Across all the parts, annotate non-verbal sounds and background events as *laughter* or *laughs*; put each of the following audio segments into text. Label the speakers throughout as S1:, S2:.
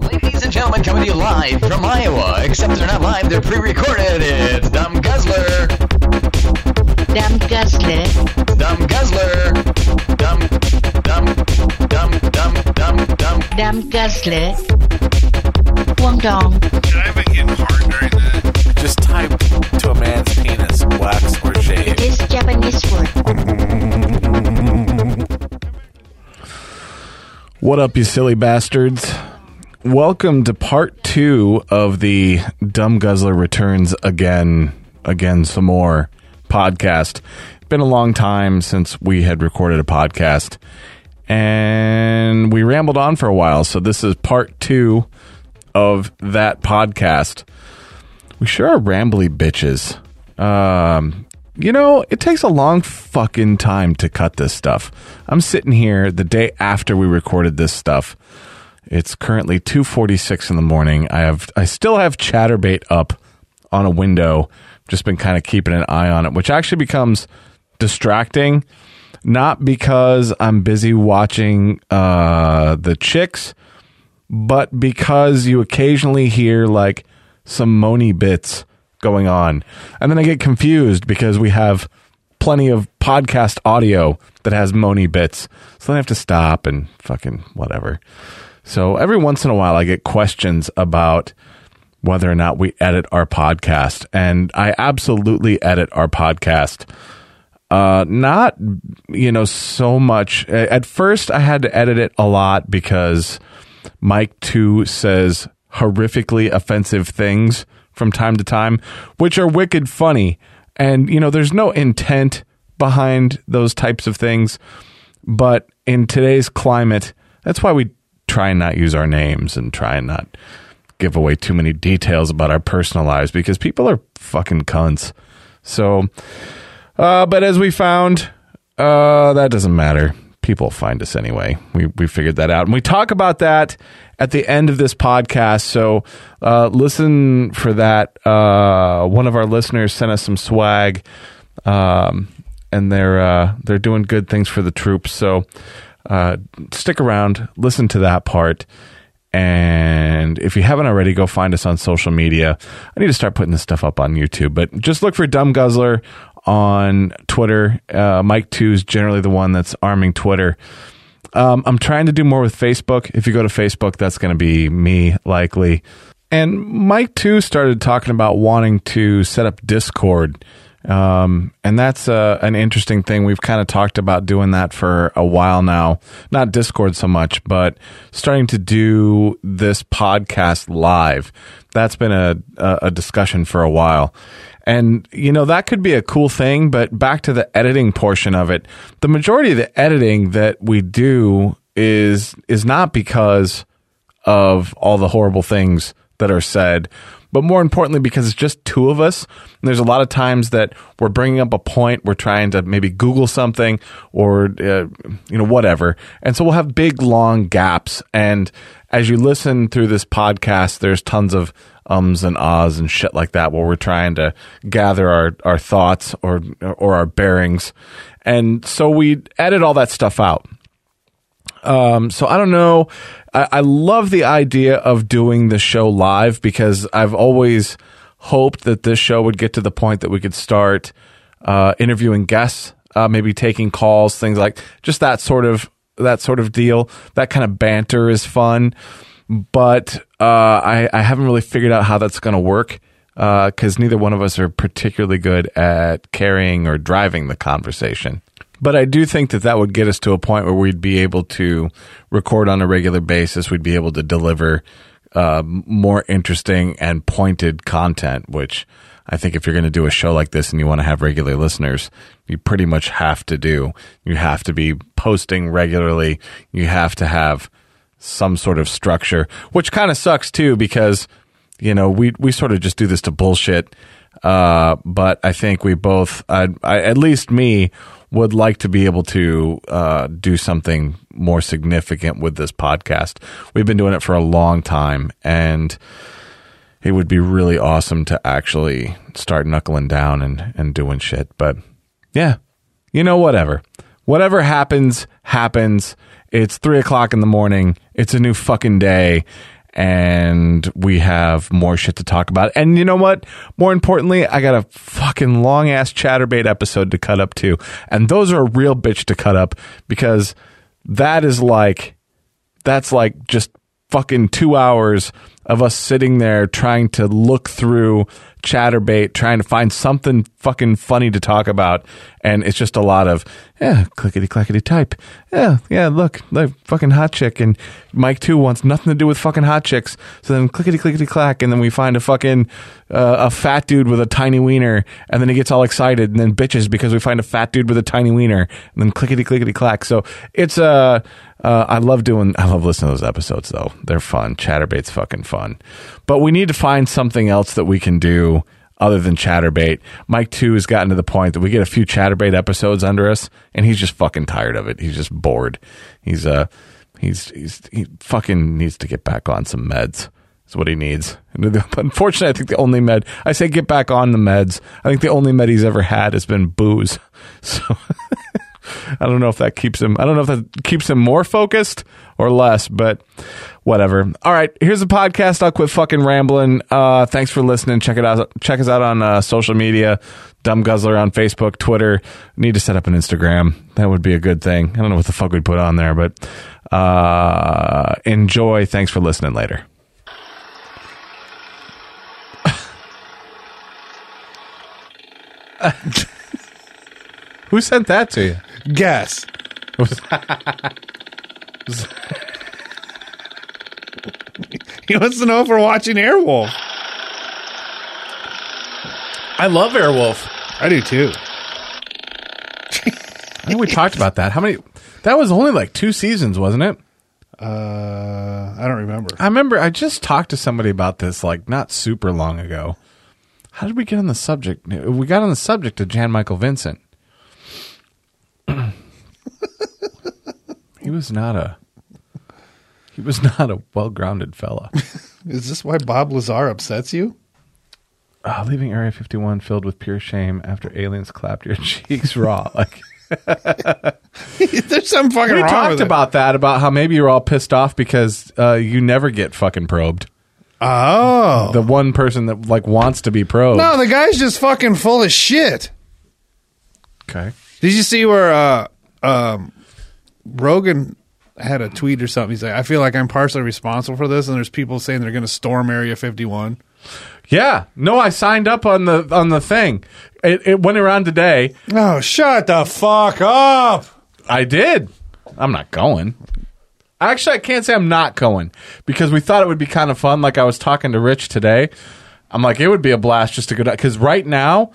S1: Ladies and gentlemen, coming to you live from Iowa. Except they're not live, they're pre recorded. It's Dumb Guzzler.
S2: Dumb Guzzler.
S1: Dumb Guzzler. Dumb, dumb, dumb, dumb, dumb, dumb.
S2: Dumb Guzzler. Wong dong.
S3: Did I ever get hard during that?
S4: Just tie to a man's penis, wax or shave.
S2: It is Japanese word.
S5: What up, you silly bastards? Welcome to part two of the Dumb Guzzler Returns Again, Again Some More podcast. Been a long time since we had recorded a podcast, and we rambled on for a while, so this is part two of that podcast. We sure are rambly bitches. Um, you know, it takes a long fucking time to cut this stuff. I'm sitting here the day after we recorded this stuff. It's currently 2:46 in the morning. I have I still have chatterbait up on a window. Just been kind of keeping an eye on it, which actually becomes distracting not because I'm busy watching uh the chicks, but because you occasionally hear like some moany bits going on. And then I get confused because we have plenty of podcast audio that has moany bits. So then I have to stop and fucking whatever. So every once in a while, I get questions about whether or not we edit our podcast. And I absolutely edit our podcast. Uh, not, you know, so much. A- At first, I had to edit it a lot because Mike 2 says horrifically offensive things from time to time, which are wicked funny. And, you know, there's no intent behind those types of things. But in today's climate, that's why we try and not use our names and try and not give away too many details about our personal lives because people are fucking cunts. So, uh, but as we found, uh, that doesn't matter. People find us anyway. We, we figured that out. And we talk about that at the end of this podcast. So uh, listen for that. Uh, one of our listeners sent us some swag, um, and they're, uh, they're doing good things for the troops. So uh, stick around, listen to that part. And if you haven't already, go find us on social media. I need to start putting this stuff up on YouTube, but just look for Dumb Guzzler on Twitter. Uh, Mike 2 is generally the one that's arming Twitter. Um, I'm trying to do more with Facebook. If you go to Facebook, that's going to be me likely. And Mike too started talking about wanting to set up Discord, um, and that's uh, an interesting thing. We've kind of talked about doing that for a while now. Not Discord so much, but starting to do this podcast live. That's been a a, a discussion for a while. And, you know, that could be a cool thing, but back to the editing portion of it. The majority of the editing that we do is is not because of all the horrible things that are said, but more importantly, because it's just two of us. And there's a lot of times that we're bringing up a point, we're trying to maybe Google something or, uh, you know, whatever. And so we'll have big, long gaps. And as you listen through this podcast, there's tons of ums and ahs and shit like that where we're trying to gather our, our thoughts or, or our bearings. And so we edit all that stuff out. Um, so I don't know. I, I love the idea of doing the show live because I've always hoped that this show would get to the point that we could start uh, interviewing guests, uh, maybe taking calls, things like just that sort of that sort of deal. That kind of banter is fun, but uh, I, I haven't really figured out how that's going to work because neither one of us are particularly good at carrying or driving the conversation. But I do think that that would get us to a point where we'd be able to record on a regular basis. We'd be able to deliver uh, m- more interesting and pointed content, which I think if you're going to do a show like this and you want to have regular listeners, you pretty much have to do. You have to be posting regularly. You have to have some sort of structure, which kind of sucks too because you know we we sort of just do this to bullshit. Uh, but I think we both, I, I, at least me, would like to be able to uh, do something more significant with this podcast. We've been doing it for a long time, and it would be really awesome to actually start knuckling down and, and doing shit. But yeah, you know, whatever. Whatever happens, happens. It's three o'clock in the morning. It's a new fucking day. and we have more shit to talk about. And you know what? More importantly, I got a fucking long ass chatterbait episode to cut up too. And those are a real bitch to cut up because that is like that's like just fucking two hours of us sitting there trying to look through chatterbait trying to find something fucking funny to talk about and it's just a lot of yeah clickety clackety type yeah yeah look look fucking hot chick and mike too wants nothing to do with fucking hot chicks so then clickety clickety clack and then we find a fucking uh, a fat dude with a tiny wiener and then he gets all excited and then bitches because we find a fat dude with a tiny wiener and then clickety clickety clack so it's a uh, uh, I love doing. I love listening to those episodes though. They're fun. Chatterbait's fucking fun. But we need to find something else that we can do other than Chatterbait. Mike too has gotten to the point that we get a few Chatterbait episodes under us, and he's just fucking tired of it. He's just bored. He's uh, he's he's he fucking needs to get back on some meds. Is what he needs. And the- *laughs* Unfortunately, I think the only med I say get back on the meds. I think the only med he's ever had has been booze. *laughs* So. I don't know if that keeps him. I don't know if that keeps him more focused or less, but whatever. All right, here's the podcast. I'll quit fucking rambling. Uh, thanks for listening. Check it out. Check us out on uh, social media. Dumb Guzzler on Facebook, Twitter. Need to set up an Instagram. That would be a good thing. I don't know what the fuck we'd put on there, but uh, enjoy. Thanks for listening. Later. *laughs* Who sent that to you?
S6: Guess. *laughs* he wants to know if we're watching Airwolf.
S5: I love Airwolf.
S6: I do too.
S5: I think we talked about that. How many? That was only like two seasons, wasn't it?
S6: Uh, I don't remember.
S5: I remember I just talked to somebody about this like not super long ago. How did we get on the subject? We got on the subject of Jan Michael Vincent. he was not a he was not a well-grounded fella.
S6: Is this why Bob Lazar upsets you? *laughs*
S5: Uh, leaving Area 51 filled with pure shame after aliens clapped your *laughs* cheeks raw. Like
S6: There's something fucking
S5: we
S6: wrong
S5: talked
S6: with it.
S5: about that about how maybe you're all pissed off because uh, you never get fucking probed.
S6: Oh.
S5: The one person that like wants to be probed.
S6: no, the guy's just fucking full of shit.
S5: Okay.
S6: Did you see where uh, um, Rogan had a tweet or something? He's like, I feel like I'm partially responsible for this, and there's people saying they're going to storm Area 51.
S5: Yeah, no, I signed up on the on the thing. It, it went around today.
S6: Oh, shut the fuck up.
S5: I did. I'm not going. Actually, I can't say I'm not going because we thought it would be kind of fun. Like I was talking to Rich today, I'm like, it would be a blast just to go down. Because right now,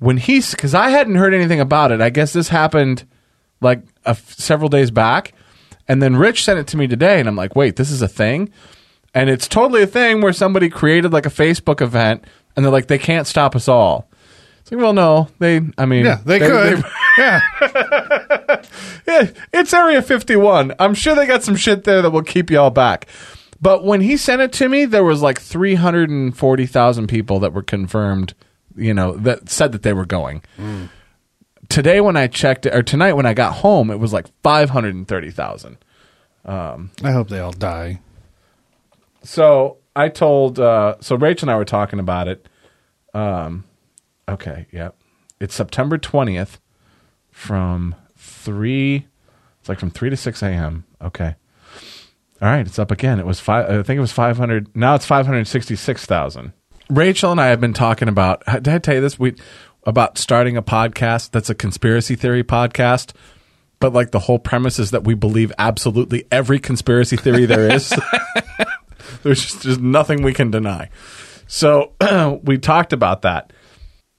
S5: when he's because I hadn't heard anything about it. I guess this happened like a f- several days back, and then Rich sent it to me today, and I'm like, wait, this is a thing, and it's totally a thing where somebody created like a Facebook event, and they're like, they can't stop us all. It's like, well, no, they. I mean,
S6: Yeah, they, could. *laughs* yeah.
S5: *laughs* Yeah, it's Area 51. I'm sure they got some shit there that will keep y'all back. But when he sent it to me, there was like 340,000 people that were confirmed, you know, that said that they were going.
S6: Mm.
S5: Today when I checked, or tonight when I got home, it was like 530,000.
S6: I hope they all die.
S5: So I told, uh, so Rachel and I were talking about it. Um, okay, yep. It's September 20th from 3, it's like from 3 to 6 a.m. Okay. All right, it's up again. It was five, I think it was 500, now it's 566,000. Rachel and I have been talking about, did I tell you this? We, about starting a podcast that's a conspiracy theory podcast. But like the whole premise is that we believe absolutely every conspiracy theory there is. *laughs* There's just, just nothing we can deny. So *clears throat* we talked about that.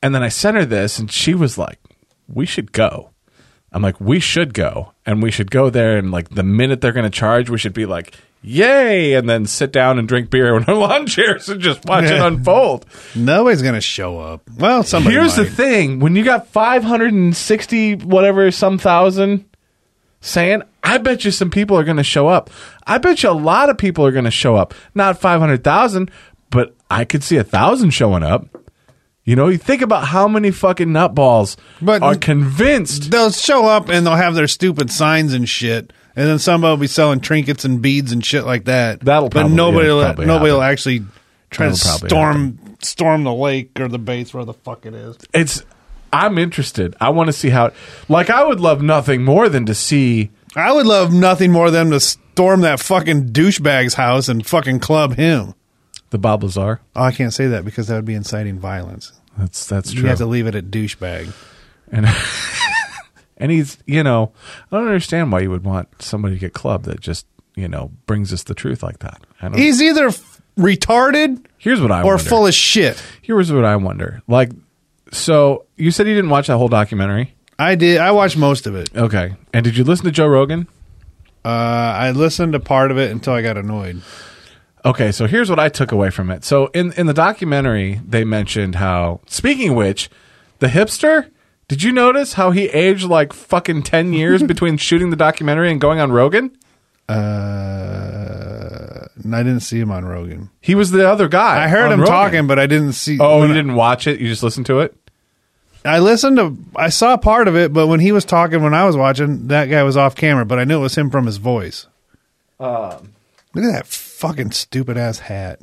S5: And then I sent her this, and she was like, We should go. I'm like, We should go. And we should go there. And like, the minute they're going to charge, we should be like, Yay. And then sit down and drink beer in our *laughs* lawn chairs and just watch it
S6: Yeah.
S5: unfold.
S6: Nobody's going to show up. Well, somebody
S5: Here's the
S6: might.
S5: thing when you got 560 whatever some thousand saying, I bet you some people are going to show up. I bet you a lot of people are going to show up. Not 500,000, but I could see a thousand showing up. You know, you think about how many fucking nutballs
S6: But-
S5: are convinced
S6: They'll show up and they'll have their stupid signs and shit, And then some will be selling trinkets and beads and shit like that.
S5: That'll
S6: but
S5: probably-
S6: nobody
S5: it'll
S6: will,
S5: probably
S6: nobody
S5: happen.
S6: will actually try to
S5: That'll probably
S6: storm storm the lake or the base where the fuck it is.
S5: It's. I'm interested. I want to see how. Like, I would love nothing more than to see.
S6: I would love nothing more than to storm that fucking douchebag's house and fucking club him.
S5: The Bob Lazar.
S6: Oh, I can't say that because that would be inciting violence.
S5: That's that's
S6: You
S5: true.
S6: have to leave it at douchebag.
S5: and *laughs* and he's you know I don't understand why you would want somebody to get clubbed that just you know brings us the truth like that. I don't,
S6: He's either f- retarded
S5: here's what I
S6: or
S5: wonder.
S6: full of shit.
S5: Here's what I wonder. Like, so you said you didn't watch that whole documentary.
S6: I did. I watched most of it.
S5: Okay, and did you listen to Joe Rogan?
S6: Uh, I listened to part of it until I got annoyed.
S5: Okay, so here's what I took away from it. So in in the documentary, they mentioned how. Speaking of which, the hipster. Did you notice how he aged like fucking ten
S6: *laughs*
S5: years between shooting the documentary and going on Rogan?
S6: Uh, and I didn't see him on Rogan.
S5: He was the other guy.
S6: I heard
S5: on
S6: him
S5: Rogan.
S6: talking, but I didn't see.
S5: Oh,
S6: when
S5: you
S6: I-
S5: didn't watch it? You just listened to it?
S6: I listened to. I saw part of it, but when he was talking, when I was watching, that guy was off camera. But I knew it was him from his voice. Um, Look at that fucking stupid ass hat.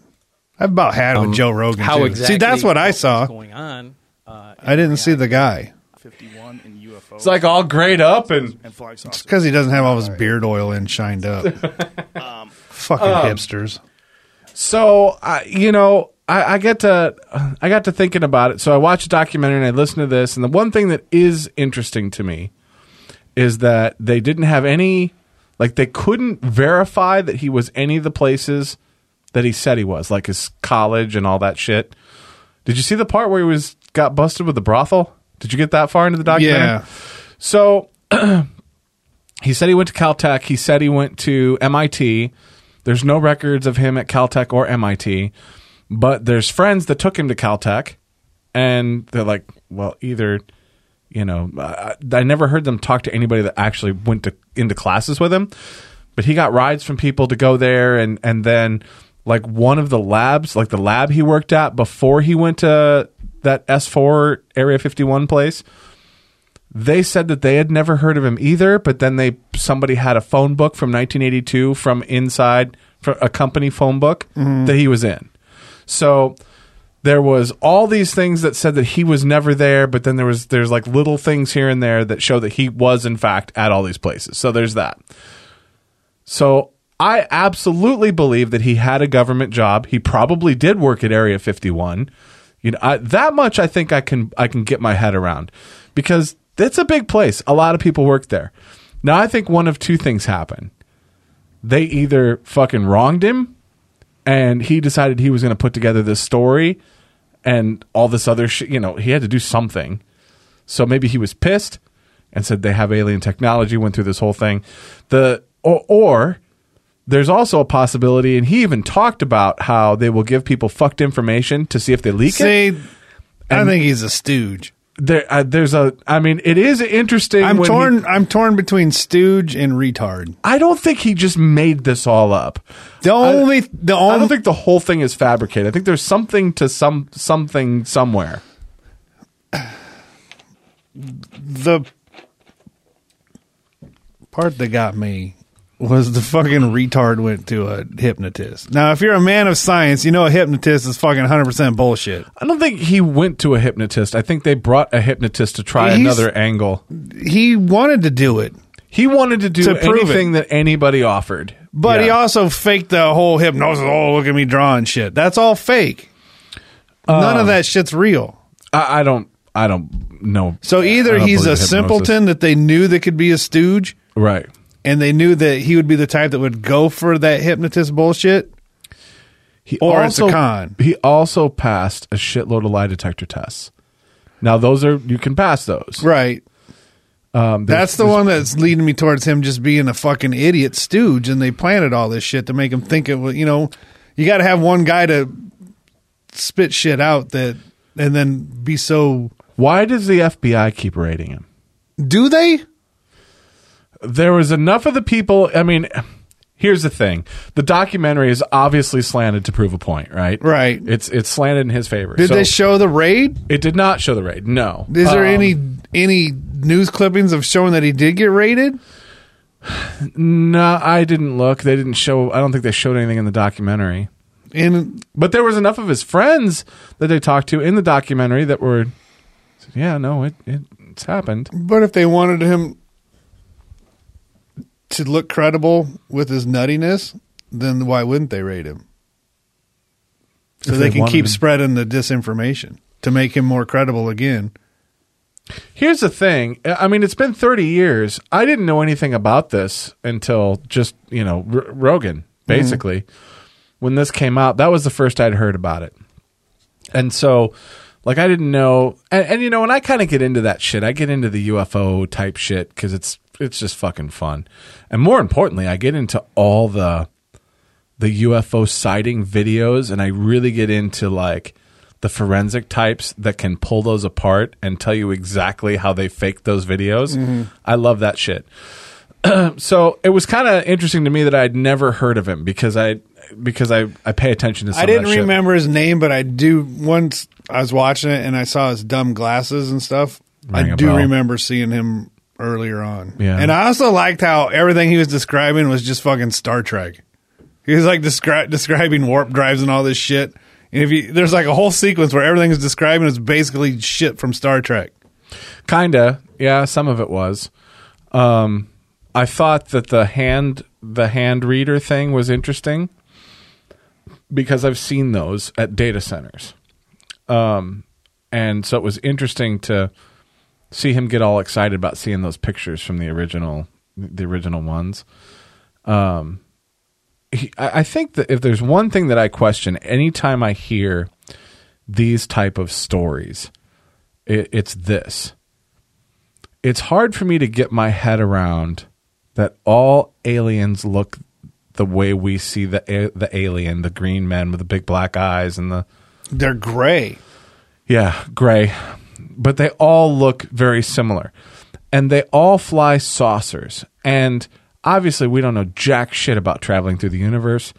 S6: I've about had
S5: Um,
S6: it with Joe Rogan.
S7: How
S6: too.
S7: exactly?
S6: See, that's what I saw.
S7: Going on. Uh,
S6: I didn't see the guy.
S8: 51 in UFO
S5: It's like all grayed up and
S8: and flying saucers.
S6: because he doesn't have all his beard oil in shined *laughs* up. Fucking hipsters.
S5: so I, you know, I, I get to I got to thinking about it. So I watched a documentary and I listened to this, and the one thing that is interesting to me is that they didn't have any like they couldn't verify that he was any of the places that he said he was, like his college and all that shit. Did you see the part where he was got busted with the brothel? Did you get that far into the documentary?
S6: Yeah,
S5: So *clears throat* he said he went to Caltech. He said he went to MIT. There's no records of him at Caltech or MIT, but there's friends that took him to Caltech, and they're like, well, either, you know, I, I never heard them talk to anybody that actually went to into classes with him, but he got rides from people to go there, and and then like one of the labs, like the lab he worked at before he went to that S4 Area 51 place, they said that they had never heard of him either, but then they somebody had a phone book from 1982 from inside from a company phone book that he was in. So there was all these things that said that he was never there, but then there was there's like little things here and there that show that he was in fact at all these places. So there's that. So I absolutely believe that he had a government job. He probably did work at Area 51. You know, I, that much I think I can I can get my head around because it's a big place. A lot of people work there. Now I think one of two things happened. They either fucking wronged him and he decided he was going to put together this story and all this other shit, you know, he had to do something. So maybe he was pissed and said they have alien technology. Went through this whole thing. The or, or there's also a possibility, and he even talked about how they will give people fucked information to see if they leak it.
S6: see, I think he's a stooge.
S5: There, uh, there's a. I mean, it is interesting.
S6: I'm
S5: when he-
S6: torn. I'm torn between stooge and retard.
S5: I don't think he just made this all up.
S6: The only,
S5: I
S6: the
S5: don't
S6: only,
S5: think the whole thing is fabricated. I think there's something to some something somewhere.
S6: the part that got me was the fucking retard went to a hypnotist. Now, if you're a man of science, you know a hypnotist is fucking 100 percent bullshit.
S5: I don't think he went to a hypnotist. I think they brought a hypnotist to try
S6: He's-
S5: another angle.
S6: He wanted to do it.
S5: He wanted to do
S6: To prove
S5: anything that anybody offered.
S6: But he
S5: Yeah.
S6: also faked the whole hypnosis. Oh, look at me drawing shit. That's all fake.
S5: Um,
S6: None of that shit's real.
S5: I, I don't I don't know.
S6: So either
S5: I don't
S6: he's a
S5: believe in hypnosis.
S6: simpleton that they knew that could be a stooge,
S5: Right.
S6: and they knew that he would be the type that would go for that hypnotist bullshit.
S5: He
S6: Or it's a con.
S5: He also passed a shitload of lie detector tests. Now those are you can pass those.
S6: Right.
S5: Um, there's-
S6: That's the
S5: there's-
S6: one that's leading me towards him just being a fucking idiot stooge, and they planted all this shit to make him think it. wa- You know, you got to have one guy to spit shit out that, and then be so.
S5: Why does the FBI keep raiding him?
S6: Do they?
S5: there was enough of the people. I mean, here's the thing: the documentary is obviously slanted to prove a point, right?
S6: Right.
S5: It's it's slanted in his favor.
S6: Did
S5: So
S6: they show the raid?
S5: it did not show the raid. No.
S6: Is there
S5: Um,
S6: any any news clippings of showing that he did get raided?
S5: No, I didn't look. They didn't show. I don't think they showed anything in the documentary.
S6: And
S5: But there was enough of his friends that they talked to in the documentary that were, said, yeah, no, it, it it's happened.
S6: but if they wanted him to look credible with his nuttiness, then why wouldn't they rate him? So
S5: If
S6: they,
S5: they
S6: can
S5: wanted
S6: keep
S5: him.
S6: spreading the disinformation to make him more credible again.
S5: Here's the thing. I mean, it's been 30 years. I didn't know anything about this until just, you know, R- Rogan, basically. When this came out, that was the first I'd heard about it. And so, like, I didn't know. And, and you know, and I kind of get into that shit. I get into the UFO type shit because it's it's just fucking fun. And more importantly, I get into all the the UFO sighting videos, and I really get into like the forensic types that can pull those apart and tell you exactly how they faked those videos.
S6: Mm-hmm.
S5: I love that shit. *clears throat* so it was kind of interesting to me that I'd never heard of him because I because I, I pay attention to. Some
S6: I
S5: of
S6: didn't
S5: that shit.
S6: remember his name, but I do. Once I was watching it and I saw his dumb glasses and stuff.
S5: Rang
S6: I
S5: a
S6: do
S5: bell.
S6: remember seeing him earlier on.
S5: Yeah.
S6: And I also liked how everything he was describing was just fucking Star Trek. He was like descri- describing warp drives and all this shit. And if you, there's like a whole sequence where everything is describing is basically shit from Star Trek.
S5: Kinda, yeah. Some of it was. Um, I thought that the hand the hand reader thing was interesting because I've seen those at data centers, um, and so it was interesting to see him get all excited about seeing those pictures from the original the original ones. Um, he, I, I think that if there's one thing that I question anytime I hear these type of stories, it, it's this it's hard for me to get my head around that all aliens look the way we see the a- the alien, the green men with the big black eyes and the
S6: They're gray.
S5: yeah, gray. But they all look very similar. And they all fly saucers. And obviously we don't know jack shit about traveling through the universe,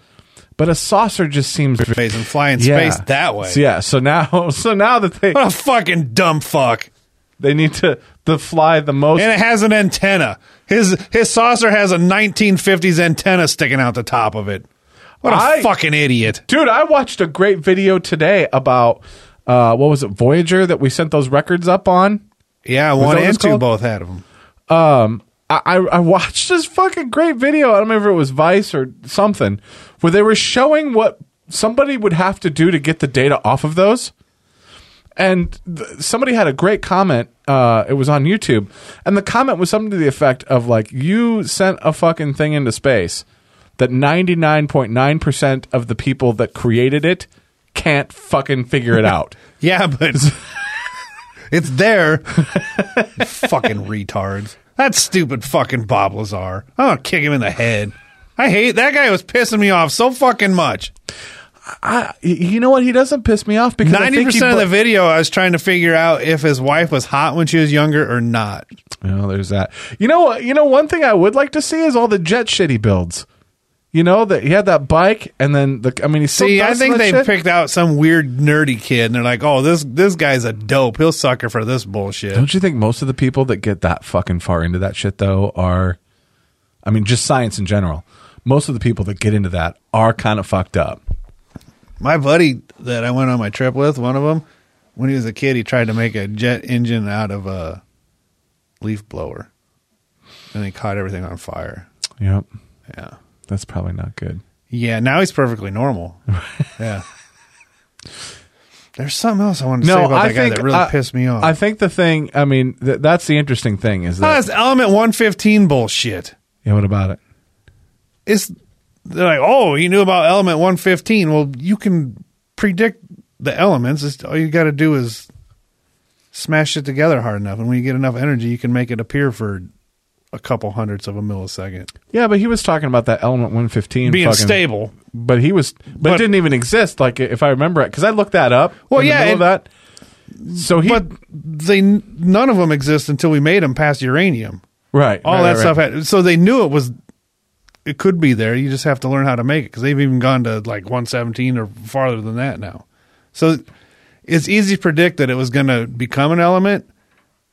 S5: but a saucer just seems
S6: Face and fly in
S5: yeah.
S6: space that way.
S5: So, yeah, so now *laughs* so now that they
S6: What a fucking dumb fuck.
S5: they need to the fly the most
S6: and it has an antenna. His his saucer has a 1950s antenna sticking out the top of it. What a
S5: I-
S6: fucking idiot!
S5: Dude, I watched a great video today about uh, what was it, Voyager, that we sent those records up on.
S6: Yeah,
S5: that
S6: one
S5: what it's
S6: and two
S5: called?
S6: both had them.
S5: I, I I watched this fucking great video. I don't remember if it was Vice or something, where they were showing what somebody would have to do to get the data off of those. And th- somebody had a great comment. Uh, it was on YouTube, and the comment was something to the effect of like, "You sent a fucking thing into space that ninety nine point nine percent of the people that created it can't fucking figure *laughs* it out."
S6: Yeah, but *laughs*
S5: *laughs*
S6: it's there. *laughs* fucking retards. That stupid fucking Bob Lazar. I'm gonna kick him in the head. I hate that guy. Was pissing me off so fucking much.
S5: I, y- you know what? He doesn't piss me off because
S6: Ninety percent of the video, I was trying to figure out if his wife was hot when she was younger or not.
S5: Oh, there's that. You know what? You know one thing I would like to see is all the jet shit he builds. You know that he had that bike, and then the. I mean, he still
S6: See, I
S5: does
S6: think
S5: that
S6: they
S5: shit.
S6: picked out some weird nerdy kid, and they're like, "Oh, this this guy's a dope. He'll sucker for this bullshit."
S5: Don't you think most of the people that get that fucking far into that shit though are, I mean, just science in general. Most of the people that get into that are kind of fucked up.
S6: My buddy that I went on my trip with, one of them, when he was a kid, he tried to make a jet engine out of a leaf blower, and he caught everything on fire.
S5: Yep,
S6: Yeah,
S5: that's probably not good.
S6: yeah. Now he's perfectly normal. yeah. There's something else I wanted to say about that guy that really
S5: I-
S6: pissed me off.
S5: I think the thing. I mean, th- that's the interesting thing is
S6: oh,
S5: that.
S6: that's Element 115 bullshit.
S5: yeah, what about it?
S6: it's they're like, oh, he knew about element 115. Well, you can predict the elements. It's, all you got to do is smash it together hard enough, and when you get enough energy, you can make it appear for a couple hundredths of a millisecond,
S5: Yeah, but he was talking about that element 115
S6: being
S5: fucking-
S6: stable.
S5: but he was but,
S6: But-
S5: it didn't even exist like if i remember it because i looked that up
S6: Well,
S5: in the
S6: yeah,
S5: middle of that so he
S6: But they none of them exist until we made them past uranium.
S5: right
S6: All
S5: right,
S6: that
S5: right,
S6: stuff
S5: right.
S6: had so they knew it was. It could be there. You just have to learn how to make it because they've even gone to like 117 or farther than that now. So it's easy to predict that it was going to become an element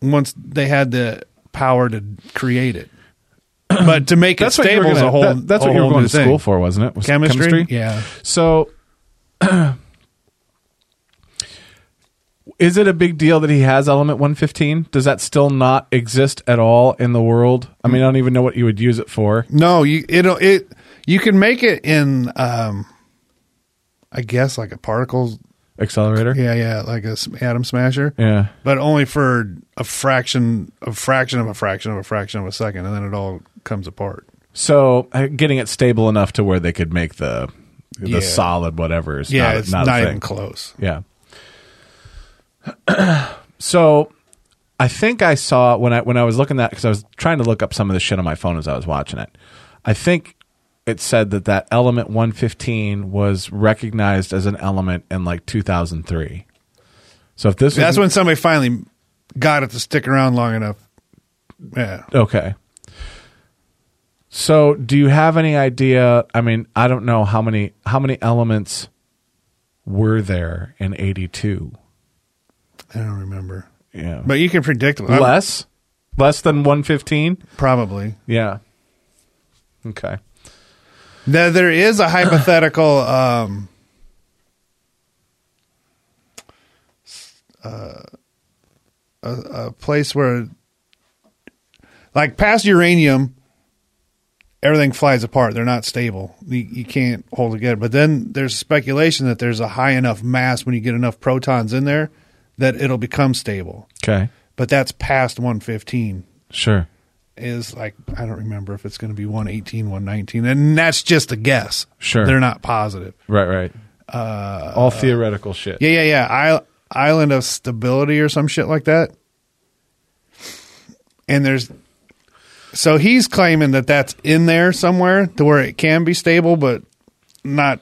S6: once they had the power to create it. *clears throat* but to make it
S5: what you were
S6: stable is
S5: gonna-
S6: a whole.
S5: that- that's
S6: a
S5: what you were
S6: whole
S5: going
S6: new
S5: to
S6: thing.
S5: school for, wasn't it? Was
S6: Chemistry? Yeah.
S5: So, *clears throat* is it a big deal that he has element 115? Does that still not exist at all in the world? I mean, I don't even know what you would use it for.
S6: No, you it'll it you can make it in um I guess like a particle
S5: Accelerator?
S6: yeah, yeah, like a s- atom smasher.
S5: Yeah.
S6: But only for a fraction a fraction of a fraction of a fraction of a second and then it all comes apart.
S5: So, uh, getting it stable enough to where they could make the the
S6: Yeah.
S5: solid whatever is
S6: yeah,
S5: not,
S6: it's
S5: not, a
S6: not,
S5: thing.
S6: even close.
S5: Yeah. *clears throat* so I think I saw when I when I was looking that because I was trying to look up some of the shit on my phone as I was watching it. I think it said that that element 115 was recognized as an element in like 2003. So if this
S6: That's
S5: was
S6: when somebody finally got it to stick around long enough. Yeah.
S5: okay. So do you have any idea? I mean, I don't know how many how many elements were there in 82.
S6: I don't remember.
S5: Yeah.
S6: But you can predict I'm-
S5: less less than 115
S6: probably.
S5: yeah okay
S6: Now, there is a hypothetical um, uh, a, a place where, like past uranium, everything flies apart. They're not stable. You, you can't hold together. But then there's speculation that there's a high enough mass when you get enough protons in there that it'll become stable.
S5: okay
S6: But that's past 115
S5: sure
S6: is like I don't remember if it's going to be 118, 119, and that's just a guess.
S5: Sure.
S6: they're not positive.
S5: right right uh, all theoretical shit
S6: Yeah, yeah, yeah. I, island of stability or some shit like that. And there's so he's claiming that that's in there somewhere to where it can be stable, but not.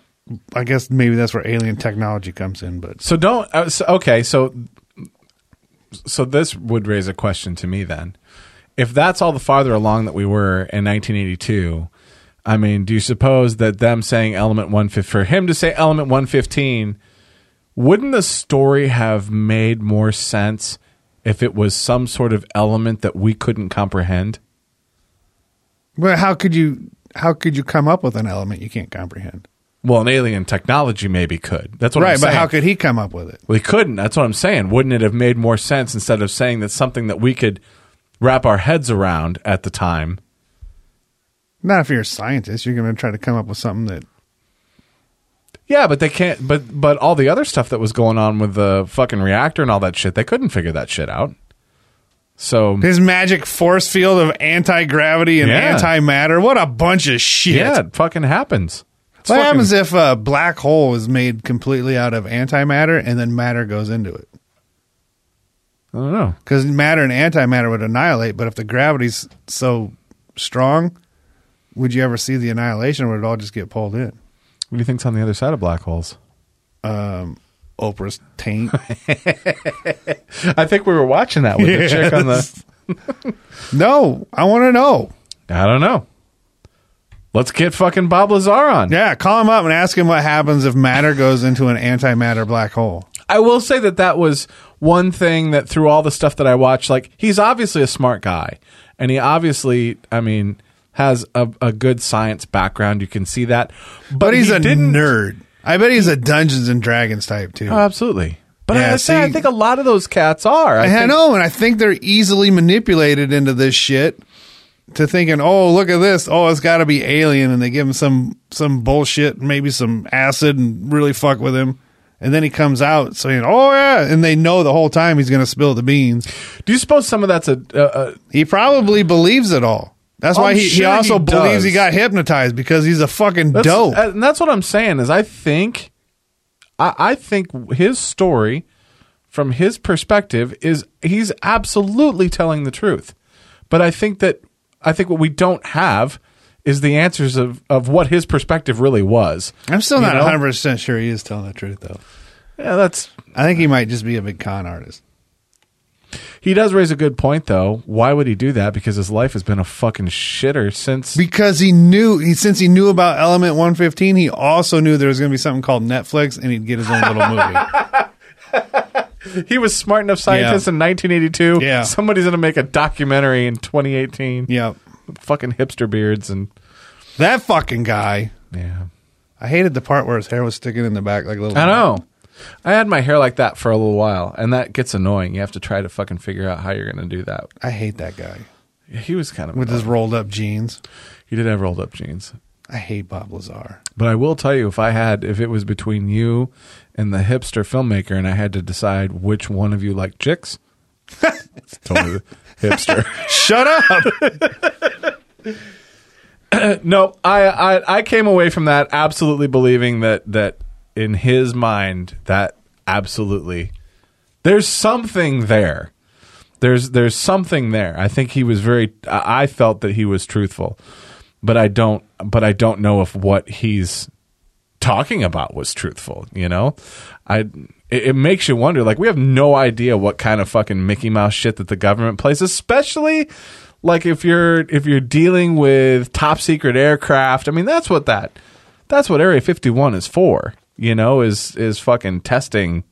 S6: I guess maybe that's where alien technology comes in, but
S5: so don't uh, so, okay so so this would raise a question to me then if that's all the farther along that we were in 1982 i mean do you suppose that them saying element 115 for him to say element 115 wouldn't the story have made more sense if it was some sort of element that we couldn't comprehend
S6: well, how could you how could you come up with an element you can't comprehend?
S5: Well, an alien technology maybe could. That's what I'm
S6: Right,
S5: saying.
S6: but how could he come up with it?
S5: we couldn't? That's what I'm saying. Wouldn't it have made more sense instead of saying that something that we could wrap our heads around at the time?
S6: Not if you're a scientist, you're going to try to come up with something that
S5: Yeah, but they can't. But but all the other stuff that was going on with the fucking reactor and all that shit, they couldn't figure that shit out. So
S6: His magic force field of anti gravity and
S5: Yeah.
S6: antimatter. What a bunch of shit.
S5: yeah, it fucking happens. It's
S6: What
S5: fucking-
S6: happens if a black hole is made completely out of antimatter and then matter goes into it?
S5: I don't know.
S6: Because matter and antimatter would annihilate, but if the gravity's so strong, would you ever see the annihilation or would it all just get pulled in?
S5: What do you think's on the other side of black holes?
S6: Um, Oprah's
S5: *laughs*
S6: taint.
S5: I think we were watching that with *laughs* the chick on the.
S6: no, I want to know.
S5: I don't know. Let's get fucking Bob Lazar on.
S6: Yeah, call him up and ask him what happens if matter goes into an antimatter black hole.
S5: I will say that that was one thing that through all the stuff that I watched, like he's obviously a smart guy, and he obviously, I mean, has a, a good science background. You can see that, but,
S6: But he's
S5: he
S6: a
S5: didn't-
S6: nerd. I bet he's a Dungeons and Dragons type too.
S5: Oh, absolutely. But
S6: Yeah,
S5: I, say, I
S6: see-
S5: think a lot of those cats are. I,
S6: I
S5: think-
S6: know, and I think they're easily manipulated into this shit to thinking, oh, look at this. Oh, it's got to be alien, and they give him some some bullshit, maybe some acid, and really fuck with him. And then he comes out saying, "Oh yeah," and they know the whole time he's going to spill the beans.
S5: Do you suppose some of that's a, a, a
S6: He probably believes it all. That's why
S5: I'm
S6: he, he
S5: sure he
S6: also believes he
S5: does.
S6: got hypnotized because he's a fucking
S5: that's, uh,
S6: dope.
S5: And that's what I'm saying is I think, I, I think his story, from his perspective, is he's absolutely telling the truth. But I think that I think what we don't have is the answers of of what his perspective really was.
S6: I'm still
S5: you
S6: not
S5: know?
S6: 100 percent sure he is telling the truth though.
S5: Yeah, that's
S6: I think he might just be a big con artist.
S5: he does raise a good point though. Why would he do that? Because his life has been a fucking shitter since.
S6: Because he knew, he, since he knew about Element 115, he also knew there was going to be something called Netflix and he'd get his own little movie.
S5: he was smart enough scientist
S6: Yeah.
S5: in 1982.
S6: Yeah.
S5: somebody's gonna make a documentary in 2018.
S6: Yep.
S5: fucking hipster beards and
S6: That fucking guy.
S5: yeah.
S6: I hated the part where his hair was sticking in the back like a little.
S5: I know. I had my hair like that for a little while, and that gets annoying. You have to try to fucking figure out how you're going to do that.
S6: I hate that guy
S5: Yeah, He was kind of
S6: with his rolled up jeans.
S5: he did have rolled up jeans,
S6: I hate Bob Lazar.
S5: but I will tell you if I had if it was between you and the hipster filmmaker, and I had to decide which one of you liked
S6: *laughs*
S5: chicks, it's totally the hipster.
S6: Shut up.
S5: no, I, I I came away from that absolutely believing that that in his mind that absolutely there's something there. There's there's something there. I think he was very. I I felt that he was truthful, but I don't. But I don't know if what he's talking about was truthful. You know, I. It, it makes you wonder. Like we have no idea what kind of fucking Mickey Mouse shit that the government plays, especially like if you're if you're dealing with top secret aircraft. I mean, that's what that that's what Area 51 is for. You know, is is fucking testing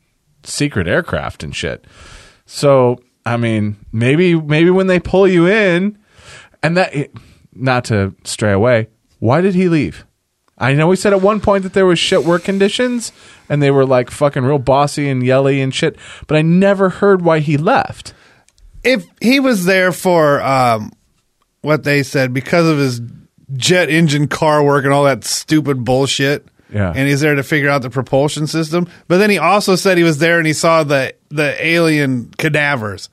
S5: secret aircraft and shit. So I mean, maybe maybe when they pull you in, and that not to stray away, why did he leave? I know we said at one point that there was shit work conditions, and they were like fucking real bossy and yelly and shit. But I never heard why he left.
S6: if he was there for um, what they said because of his jet engine car work and all that stupid bullshit.
S5: Yeah.
S6: And he's there to figure out the propulsion system. But then he also said he was there and he saw the the alien cadavers.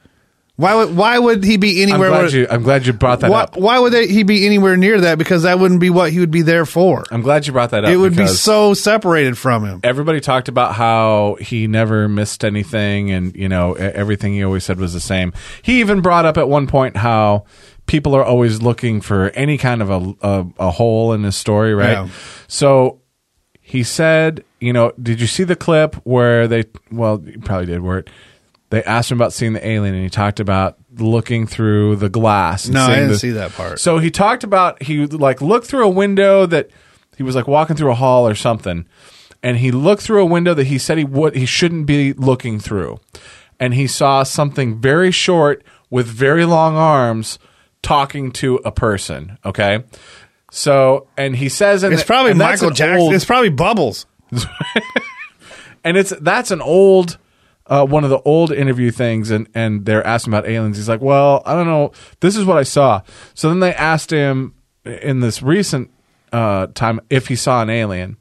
S6: Why would why would he be
S5: I'm
S6: anywhere?
S5: glad
S6: where-
S5: you. I'm glad you brought that
S6: why,
S5: up.
S6: why would they, he be anywhere near that? Because that wouldn't be what he would be there for.
S5: I'm glad you brought that up.
S6: It would be
S5: because-
S6: so separated from him.
S5: everybody talked about how he never missed anything and you know e- everything he always said was the same he even brought up at one point how people are always looking for any kind of a, a, a hole in his story right
S6: Yeah.
S5: so he said you know did you see the clip where they well you probably did where it, they asked him about seeing the alien and he talked about looking through the glass and
S6: No, I
S5: seeing
S6: didn't
S5: the-
S6: see that part.
S5: so he talked about he like looked through a window that he was like walking through a hall or something, and he looked through a window that he said he would he shouldn't be looking through, and he saw something very short with very long arms talking to a person. Okay, so and he says and
S6: It's probably
S5: and that's
S6: Michael
S5: an
S6: Jackson.
S5: old-
S6: it's probably Bubbles.
S5: and it's that's an old uh, one of the old interview things and and they're asking about aliens he's like well i don't know this is what i saw so then they asked him in this recent uh, time if he saw an alien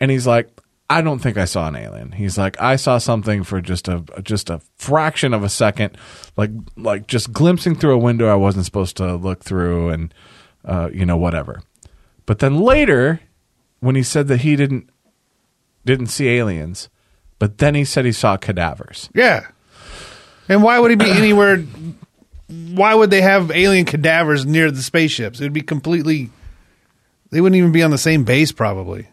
S5: and he's like i don't think i saw an alien he's like i saw something for just a just a fraction of a second like like just glimpsing through a window i wasn't supposed to look through and uh, you know whatever but then later when he said that he didn't didn't see aliens, but then he said he saw cadavers.
S6: Yeah. And why would he be anywhere? Why would they have alien cadavers near the spaceships? It would be completely. They wouldn't even be on the same base, probably.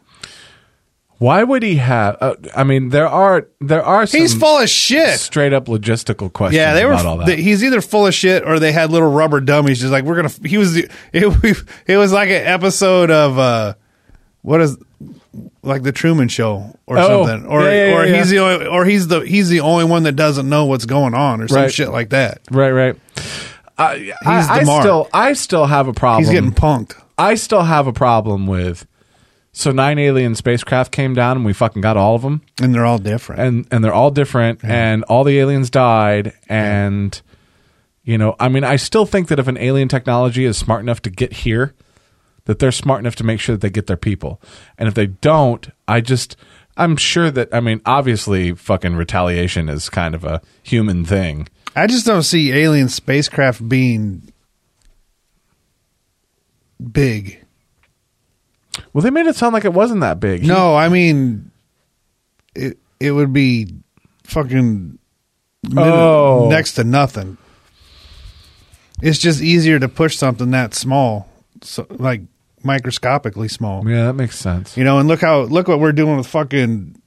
S5: Why would he have? Uh, I mean, there are there are some
S6: He's full of shit.
S5: straight up logistical questions.
S6: Yeah, they were.
S5: about all that.
S6: th- he's either full of shit or they had little rubber dummies. Just like we're gonna. He was. the- It, *laughs* it was like an episode of uh, what is like the Truman Show or
S5: Oh,
S6: something. Or
S5: yeah, yeah,
S6: or
S5: yeah,
S6: he's the only, or he's the he's the only one that doesn't know what's going on or some
S5: Right.
S6: shit like that.
S5: right, right. I,
S6: He's
S5: I,
S6: the
S5: I
S6: mark.
S5: still I still have a problem.
S6: He's getting punked.
S5: I still have a problem with. So nine alien spacecraft came down and we fucking got all of them.
S6: And they're all different.
S5: and and they're all different and all the aliens died and you know i mean i still think that if an alien technology is smart enough to get here that they're smart enough to make sure that they get their people and if they don't i just i'm sure that i mean obviously fucking retaliation is kind of a human thing
S6: I just don't see alien spacecraft being big.
S5: well they made it sound like it wasn't that big
S6: No, I mean it it would be fucking mid-
S5: Oh.
S6: next to nothing. It's just easier to push something that small, so, like microscopically small.
S5: yeah that makes sense
S6: You know, and look how look what we're doing with fucking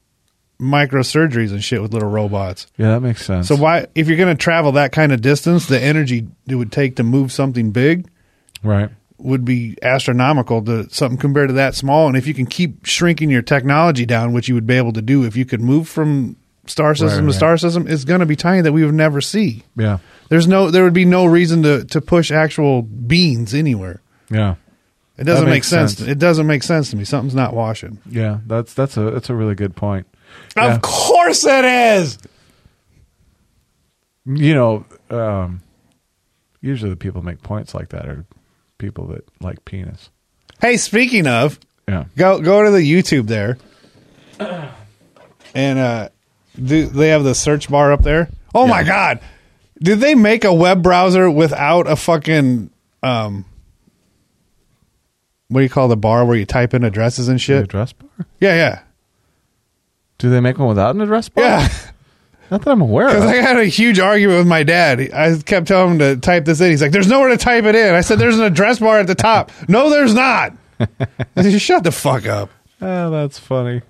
S6: microsurgeries and shit with little robots.
S5: yeah that makes sense
S6: So why if you're going to travel that kind of distance, the energy it would take to move something big
S5: right
S6: would be astronomical to something compared to that small. And if you can keep shrinking your technology down, which you would be able to do if you could move from star system
S5: right.
S6: to star system is going to be tiny that we would never see.
S5: Yeah.
S6: There's no, there would be no reason to to push actual beans anywhere.
S5: Yeah.
S6: It doesn't make
S5: makes
S6: sense.
S5: sense.
S6: It doesn't make sense to me. Something's not washing.
S5: Yeah. That's that's a that's a really good point. Yeah.
S6: Of course it is.
S5: you know, um, usually the people make points like that are people that like penis.
S6: Hey, speaking of,
S5: Yeah.
S6: go go to the YouTube there, *clears throat* and uh, do they have the search bar up there? Oh my god, did they make a web browser without a fucking um, what do you call the bar where you type in addresses and
S5: The
S6: shit?
S5: address bar?
S6: Yeah, yeah,
S5: Do they make one without an address bar?
S6: yeah. *laughs*
S5: Not that I'm aware of.
S6: Because I had a huge argument with my dad. I kept telling him to type this in. He's like, "There's nowhere to type it in." I said, "There's an address bar at the top." *laughs* no, there's not. I said, Shut the fuck up.
S5: Ah, that's funny.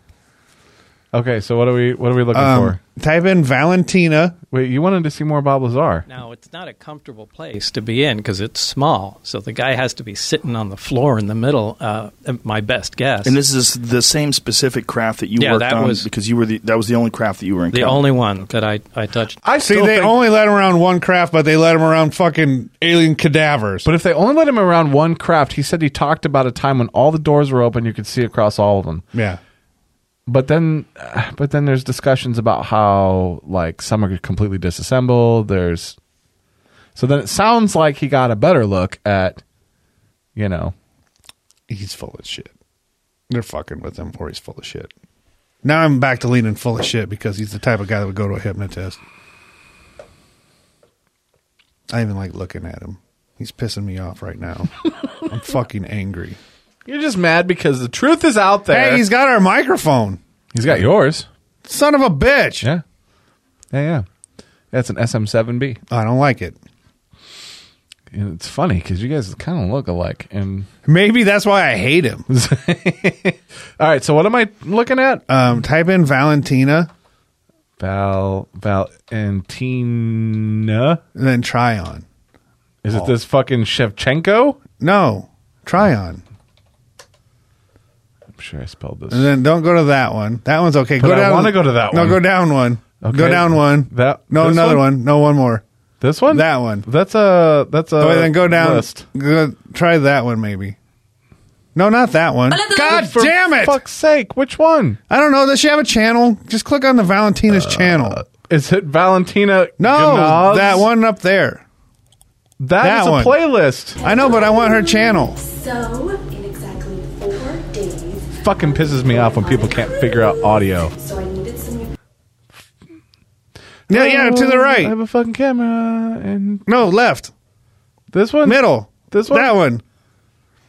S5: Okay, so what are we what are we looking
S6: Um,
S5: for?
S6: type in Valentina.
S5: Wait, you wanted to see more Bob Lazar.
S7: Now, it's not a comfortable place to be in because it's small. So the guy has to be sitting on the floor in the middle, uh, my best guess.
S9: And this is the same specific craft that you
S7: Yeah,
S9: worked
S7: that
S9: on
S7: was-
S9: because you were the, that was the only craft that you were in.
S7: the only one that I, I touched.
S5: I
S6: See, they only let him around one craft, but they let him around fucking alien cadavers.
S5: But if they only let him around one craft, he said he talked about a time when all the doors were open, you could see across all of them.
S6: yeah,
S5: But then, but then there's discussions about how like some are completely disassembled. There's so then it sounds like he got a better look at, you know,
S6: he's full of shit. They're fucking with him, or he's full of shit. Now I'm back to leaning full of shit because he's the type of guy that would go to a hypnotist. I even like looking at him. He's pissing me off right *laughs* now. I'm fucking angry.
S5: you're just mad because the truth is out there.
S6: Hey, he's got our microphone.
S5: he's got yours.
S6: Son of a bitch.
S5: Yeah, yeah, yeah. That's an SM7B.
S6: I don't like it.
S5: And it's funny because you guys kind of look alike. And *laughs*
S6: Maybe that's why I hate him.
S5: all right, so what am I looking at?
S6: Um, type in Valentina
S5: Val Valentina.
S6: and then try on.
S5: Is it this fucking Shevchenko?
S6: No, try on.
S5: I'm sure I spelled this.
S6: And then don't go to that one. That one's okay.
S5: But I wanna go to that
S6: no,
S5: one.
S6: No, go down one.
S5: Okay.
S6: Go down one.
S5: That-
S6: no,
S5: this
S6: another
S5: one?
S6: one? No, one more.
S5: This one?
S6: That one.
S5: That's a that's a
S6: Oh, wait, then go down.
S5: list.
S6: Go, try that one maybe. No, not that one. God
S5: For
S6: damn it!
S5: Fuck's sake! Which one?
S6: I don't know. Does she have a channel? Just click on the
S5: Uh,
S6: Valentina's channel.
S5: Is it Valentina?
S6: No,
S5: Gnaz?
S6: that one up there. that
S5: that is a
S6: one.
S5: playlist.
S6: I know, but I want her channel.
S10: So, in exactly four days,
S5: Fucking pisses me off when people can't figure out audio.
S10: so I needed some new
S6: Yeah, yeah, to the
S5: I have
S6: right.
S5: a fucking camera and
S6: No, left.
S5: this one.
S6: Middle.
S5: This one?
S6: That one.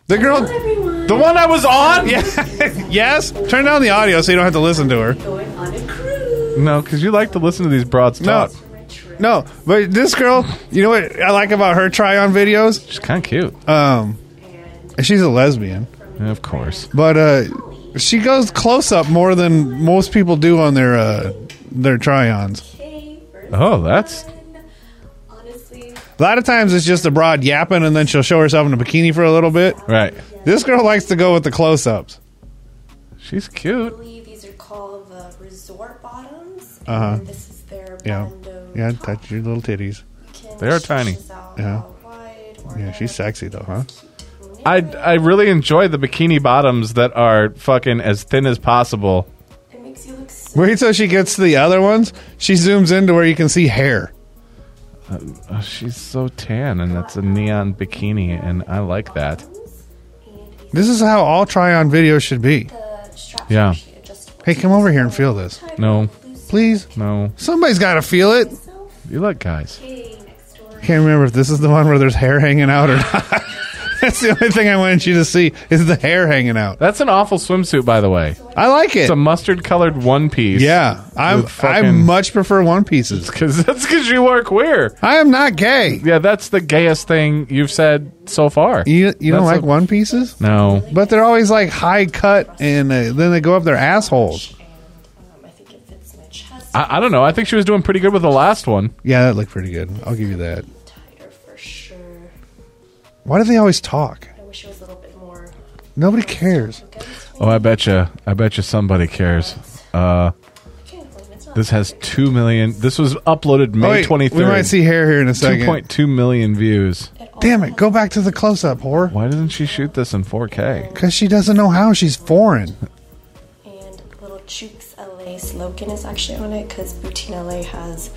S6: The girl.
S10: everyone
S5: The one I was on.
S6: *laughs*
S5: Yeah.
S6: Yes. Turn down the audio so you don't have to listen to her.
S10: going on a cruise.
S5: No, because you like to listen to these broads
S6: No.
S5: talk.
S10: My trip.
S6: No, but this girl, you know what I like about her try on videos?
S5: She's kind of cute.
S6: Um, she's a lesbian,
S5: of course.
S6: but uh, she goes close up more than most people do on their uh, their try ons.
S10: Okay, first
S6: Uh-huh.
S5: Oh, that's
S10: one. Honestly,
S6: A lot of times it's just a broad yapping, and then she'll show herself in a bikini for a little bit.
S5: right.
S6: This girl likes to go with the close ups.
S5: She's
S10: I
S5: cute.
S10: believe these are called the resort bottoms. And
S6: Uh-huh.
S10: This is their
S6: Yeah,
S10: Bondo
S6: yeah, touch your little titties.
S10: Can
S5: They are
S10: stretch
S5: tiny.
S10: this out
S6: Yeah.
S10: all wide or
S6: Yeah, she's sexy though, huh?
S5: I I really enjoy the bikini bottoms that are fucking as thin as possible.
S10: It makes you look so
S6: Wait till she gets to the other ones. She zooms into where you can see hair.
S5: Oh, she's so tan, and that's a neon bikini, and I like that.
S10: and
S6: This is how all try on videos should be.
S10: the straps
S5: Yeah.
S10: are actually adjustable.
S6: Hey, come over here and feel this,
S5: No,
S6: please.
S5: no,
S6: Somebody's got to feel it.
S5: you like guys.
S10: Hey, next door.
S6: Can't remember if this is the one where there's hair hanging out or not. *laughs* That's the only thing I wanted you to see is the hair hanging out.
S5: That's an awful swimsuit, by the way.
S6: I like it.
S5: It's a mustard colored one piece.
S6: yeah, I'm.
S5: With fucking-
S6: I much prefer one pieces.
S5: because *laughs* that's because you are queer.
S6: I am not gay.
S5: Yeah, that's the gayest thing you've said so far.
S6: You you don't
S5: That's
S6: like
S5: a-
S6: one pieces,
S5: No,
S6: but they're always like high cut and uh, then they go up their assholes.
S10: Um, I think it fits my chest
S5: I, I don't know. I think she was doing pretty good with the last one.
S6: Yeah, that looked pretty good. I'll give you that.
S10: tighter for sure.
S6: Why do they always talk?
S10: I wish it was a little bit more.
S6: Nobody cares.
S10: Okay,
S5: Oh, I bet you. I bet you somebody cares.
S10: okay, well, it's not
S5: This has two million. This was uploaded
S6: Oh,
S5: May
S6: wait,
S5: twenty third.
S6: We might see hair here in a
S5: two
S6: second.
S5: point two million views.
S6: Damn it! Go back to the close-up, whore.
S5: Why doesn't she shoot this in four K?
S6: Because she doesn't know how. She's foreign.
S10: And Little Chooks LA slogan is actually on it because Boutine LA has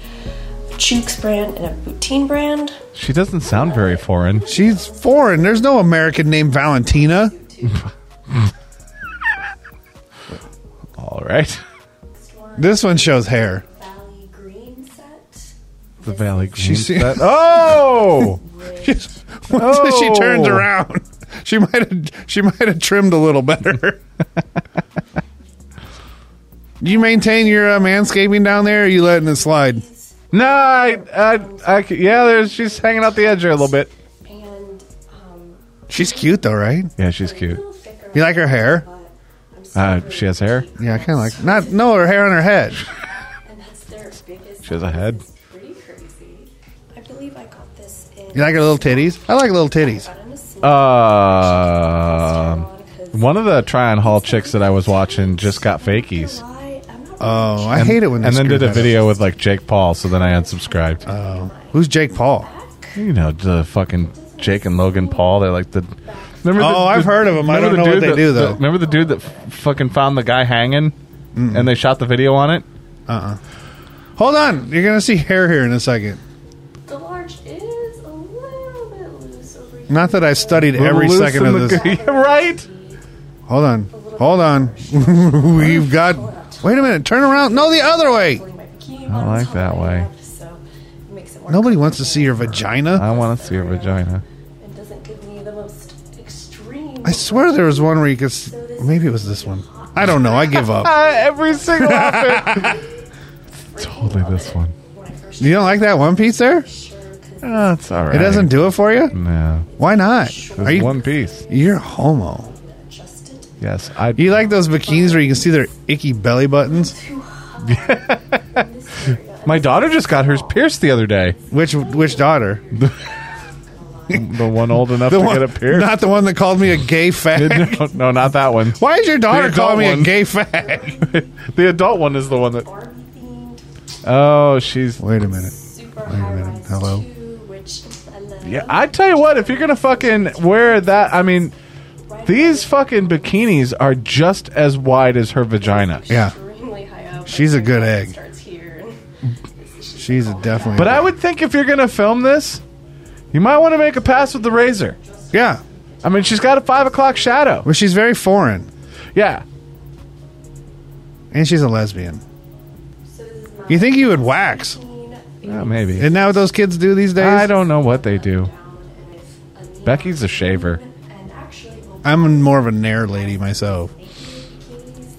S10: a Chooks brand and a Boutine brand.
S5: She doesn't sound very foreign.
S6: She's foreign. There's no American named Valentina.
S5: All right. *laughs*
S6: This one shows hair. *laughs*
S10: Valley Green set.
S5: The Valley Green.
S6: She's
S5: set. Oh, *laughs*
S6: Once she turned around, *laughs* she might have she might have trimmed a little better. *laughs* you maintain your uh, manscaping down there? Or are you letting it slide?
S5: no, I, I, I c- yeah. There's she's hanging out the edge here a little bit.
S10: And um,
S6: She's cute though, right?
S5: Yeah, she's
S10: a
S5: cute.
S10: little thicker.
S6: You like her hair?
S5: Uh, she has hair.
S6: Yeah, I kind of like not no her hair on her head.
S10: And that's their biggest.
S5: She has a head.
S10: It's pretty crazy. I believe I got this in.
S6: You like her little titties? I like little titties.
S10: I got in a small
S5: Uh,
S10: salon 'cause
S5: one of the try on hall chicks that I was watching just got fakies.
S10: I- I'm not
S6: Oh, I hate it when. they
S5: and then
S6: screw
S5: did a
S6: that up. Oh.
S5: video with like Jake Paul. So then I unsubscribed.
S6: Who's Jake Paul?
S5: you know the fucking Jake and Logan Paul. They're like the. Remember
S6: Oh, I've heard of 'em. I
S5: remember
S6: don't
S5: the
S6: know what
S5: dude
S6: they do,
S5: that-
S6: though.
S5: the- remember the dude that f- fucking found the guy hanging, and they shot the video on it.
S6: Hold on, you're gonna see hair here in a second.
S10: The large is a little bit loose over here.
S6: Not that I studied every
S5: Loose
S6: second
S5: in
S6: of
S5: the-
S6: this.
S5: Yeah, *laughs* right?
S6: Hold on. Hold on. *laughs* We've got. Wait a minute. Turn around. No, the other way.
S10: My bikini
S5: I like
S10: bottom's
S5: that
S10: hollowing
S5: way.
S10: up, so it makes it more
S6: Nobody wants to see your vagina.
S5: I want to see her vagina.
S10: It doesn't give me the most extreme.
S6: I swear there was one where you could. s- Maybe it was this one. I don't know. I give *laughs* up.
S5: Ah, every single outfit.
S6: *laughs*
S5: totally this one.
S6: You don't like that one piece there?
S5: Ah, it's all right.
S6: It doesn't do it
S5: *laughs*
S6: for you?
S5: No,
S6: Why not? Are
S5: it's
S6: you,
S5: one piece.
S6: you're a homo.
S5: Yes, I.
S6: You like those bikinis where you can see their icky belly buttons?
S5: My daughter just got hers pierced the other day.
S6: Which which daughter?
S5: The one old enough to get
S6: one,
S5: it pierced.
S6: not *laughs* the one that called me a *laughs* gay
S5: *laughs*
S6: fag.
S5: no, no, not that one.
S6: Why is your daughter
S5: adult
S6: calling me a
S5: one.
S6: gay fag?
S5: The adult one is the one that. Oh, she's.
S6: Wait a minute.
S10: Super high rise
S6: Hello?
S10: too, which I love.
S5: Yeah, I tell you what, if you're gonna fucking wear that, I mean, these fucking bikinis are just as wide as her vagina.
S6: Yeah.
S10: Extremely high up.
S6: She's a good egg.
S10: Starts here. *laughs*
S6: She's a definitely.
S5: But I would think if you're gonna film this, you might want to make a pass with the razor.
S6: Yeah.
S5: I mean, she's got a five o'clock shadow.
S6: Well, she's very foreign,
S5: Yeah,
S6: and she's a lesbian.
S10: So this is my
S6: You think you would wax?
S5: Yeah, maybe.
S6: Isn't that what those kids do these days?
S5: I don't know what they do.
S10: down, um, and it's a neon
S5: Becky's a shaver.
S10: and actually open
S6: I'm more of a nair lady myself.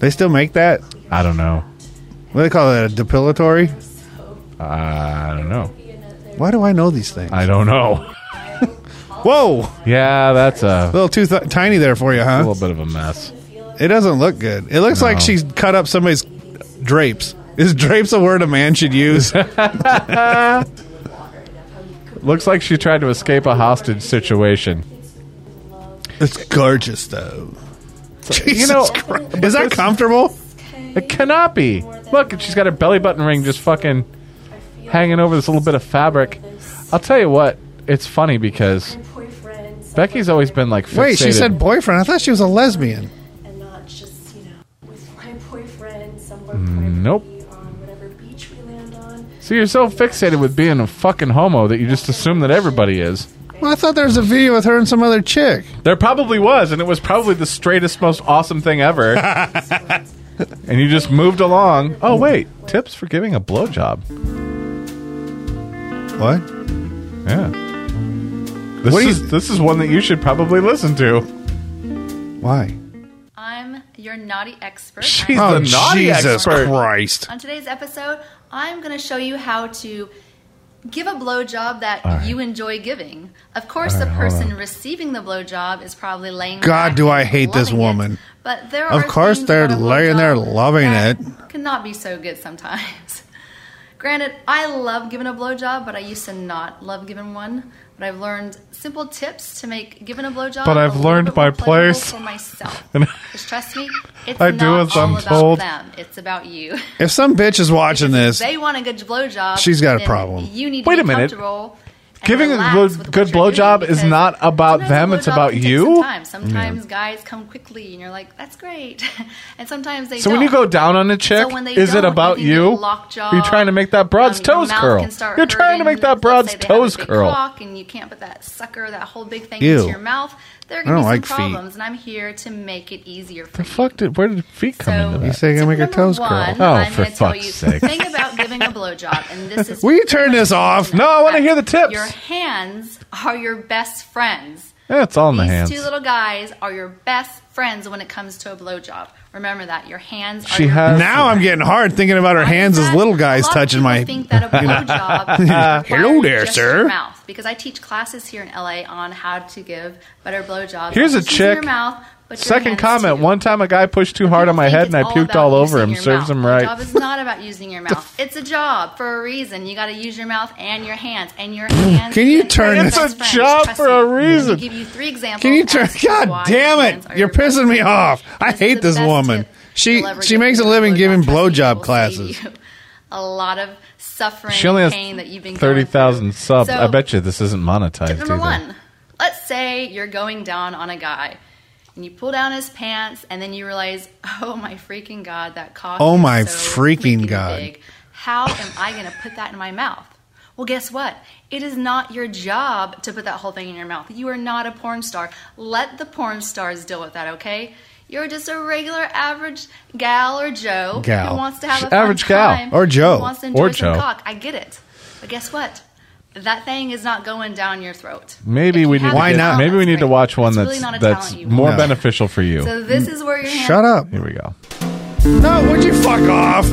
S6: They still make that.
S5: I don't know.
S6: What do they call that? A depilatory?
S5: I don't know.
S6: Why do I know these things?
S5: I don't know. *laughs*
S6: Whoa,
S5: Yeah, that's a
S6: little too th- tiny there for you, huh?
S5: little bit of a mess.
S6: It doesn't look good. It looks like she's cut up somebody's drapes. Is drapes a word a man
S5: *laughs*
S6: should use?
S5: Looks like she tried to escape a hostage situation.
S6: it's gorgeous though. *laughs* Jesus
S5: you know-
S6: Christ. is that comfortable?
S5: It cannot be. Look, and she's got her belly button ring just fucking hanging over this little bit of fabric. I'll tell you what, it's funny because
S10: boyfriend, so-
S5: Becky's always been like fixated.
S6: Wait, she said boyfriend. I thought she was a lesbian.
S10: and not just you know with my boyfriend somewhere
S6: Mm,
S5: nope.
S10: privately on whatever beach we land on.
S5: So you're so fixated with being a fucking homo that you just assume that everybody is.
S6: Well, I thought there was a video with her and some other chick.
S5: There probably was, and it was probably the straightest, most awesome thing
S6: *laughs*
S5: ever. and you just moved along. Oh, wait. Tips for giving a blowjob.
S6: What?
S5: Yeah. This,
S6: What do you-
S5: is, this is one that you should probably listen to.
S6: Why?
S2: I'm your naughty expert.
S5: She's
S2: And
S5: the naughty
S6: Oh, Jesus
S5: expert.
S6: Christ.
S2: on today's episode, I'm going to show you how to give a blowjob that you enjoy giving. Of course, the person receiving the blowjob is probably laying.
S6: God,
S2: back
S6: do I
S2: and
S6: hate this
S2: loving it,
S6: woman.
S2: but there
S6: Of
S2: are
S6: course
S2: things
S6: they're
S2: about a
S6: laying there
S2: blowjob
S6: loving
S2: that
S6: it.
S2: Cannot be so good sometimes.
S10: *laughs* Granted, I love giving a blowjob, but I used to not love giving one. But I've learned simple tips to make giving a blowjob.
S6: But
S10: a
S6: I've
S10: little
S6: learned
S10: bit more
S6: my
S10: pleasurable
S6: place.
S10: for
S5: *laughs*
S10: myself.
S6: And-
S10: Because trust me, it's
S6: I
S10: not
S6: do as
S10: all
S6: I'm
S10: about
S6: told.
S10: them. It's about you.
S6: If some bitch is watching this,
S10: they want a good blowjob.
S6: She's got a
S10: then
S6: problem.
S10: You need to
S5: Wait
S10: be
S5: a minute.
S10: comfortable and
S5: Giving a
S10: relaxed
S5: good-
S10: with what
S5: good
S10: you're doing
S5: blowjob is
S10: because
S5: not about
S10: sometimes
S5: them,
S10: a
S5: it's
S10: blowjob
S5: about
S10: can take
S5: you?
S10: some time. Sometimes guys come quickly, and you're like, "That's great," *laughs* and sometimes they.
S5: So
S10: don't.
S5: when you go down on a chick,
S10: when they
S5: is it
S10: don't,
S5: about
S10: you can
S5: you?
S10: get lockjaw.
S5: Are you trying to make that broad's
S10: Um, your
S5: toes
S10: mouth
S5: curl?
S10: can start
S5: You're trying to
S10: hurting.
S5: make that
S10: Let's
S5: broad's
S10: say they have a
S5: toes
S10: big
S5: curl.
S10: cock and you can't put that sucker, that whole big thing
S6: Ew.
S10: into your mouth. There are
S6: I
S10: going to
S6: don't
S10: be
S6: like feet.
S10: some problems, and I'm here to make it easier for
S5: The fuck did? Where did feet come
S10: So-
S5: into
S6: you
S5: that?
S6: say you're gonna make your
S10: Tip
S6: toes
S10: number
S6: curl.
S10: one,
S5: curl. Oh,
S10: I'm
S5: for
S10: gonna tell
S5: fuck's
S10: you,
S5: sake.
S10: Think about giving a blowjob, and
S5: *laughs*
S10: this is.
S6: Will you turn this off?
S5: No, I wanna hear the tips.
S10: Your hands are your best friends.
S5: Yeah, it's all in the
S10: These
S5: hands.
S10: two little guys are your best friends when it comes to a blowjob. Remember that your hands.
S5: She
S10: are your
S5: has-
S6: Now I'm getting hard thinking about her
S10: Why
S6: hands
S10: is
S6: as
S10: that?
S6: little
S10: A
S6: guys
S10: lot of
S6: touching
S10: people
S6: my.
S10: Think that a blowjob requires
S6: Hello there,
S10: just
S6: sir.
S10: Your mouth, because I teach classes here in LA on how to give better blowjobs.
S5: Here's a
S10: Not just using
S5: chick.
S10: Your mouth, but your
S5: Second
S10: hands
S5: comment:
S10: too.
S5: One time, a guy pushed too hard on my
S10: People
S5: head,
S10: think
S5: and I
S10: it's
S5: puked
S10: about
S5: all over
S10: using
S5: him.
S10: your
S5: Serves
S10: mouth.
S5: him
S10: The job
S5: right.
S10: is not about using your mouth. it's a job for a reason. You got to use your mouth and your hands and your hands.
S6: Can you
S10: and your
S6: turn
S10: hands
S6: this-
S10: are
S6: It's
S5: a
S10: best
S5: job
S10: friends.
S5: for a
S10: Trust me.
S5: reason.
S10: Let me Give you three examples.
S6: Can you turn?
S10: as to why
S6: God damn
S10: your hands
S6: it!
S10: are
S6: You're
S10: your best
S6: pissing me
S10: friends.
S6: off. I
S10: This is
S6: hate
S10: the
S6: this
S10: best
S6: woman.
S10: tip
S6: She
S10: you'll ever
S6: she
S10: get
S6: makes a
S10: from
S6: living
S10: blowjob.
S6: giving
S10: Trust me, it
S6: blowjob
S10: will
S6: classes.
S10: save you A lot of suffering.
S5: She only has
S10: pain that you've been going
S5: thirty thousand
S10: through.
S5: subs.
S10: So,
S5: I bet you this isn't monetized.
S10: Tip number
S5: either.
S10: one. Let's say you're going down on a guy and you pull down his pants and then you realize, oh my freaking God, that cock.
S6: Oh
S10: is
S6: my
S10: so
S6: freaking God.
S10: Big. How am I going to put that in my mouth? Well, guess what? It is not your job to put that whole thing in your mouth. You are not a porn star. Let the porn stars deal with that, okay? You're just a regular average gal or Joe
S6: Gal.
S10: who wants to have a
S5: Average
S10: fun
S5: gal.
S10: time,
S6: Or Joe.
S10: who wants to enjoy
S5: Or
S10: some
S5: Joe.
S10: cock. I get it, but guess what? That thing is not going down your throat.
S5: Maybe
S10: If
S5: we need.
S10: you have
S5: To
S6: Why
S10: a
S5: get-
S6: not?
S10: talent,
S5: Maybe we
S10: that's
S5: need to
S10: great.
S5: watch one
S10: It's
S5: that's
S10: really not a
S5: that's
S10: talent you
S5: more
S10: want.
S5: beneficial for you.
S10: So this is where your hand.
S6: Mm. Shut up!
S5: Here we go.
S6: No, would you fuck off?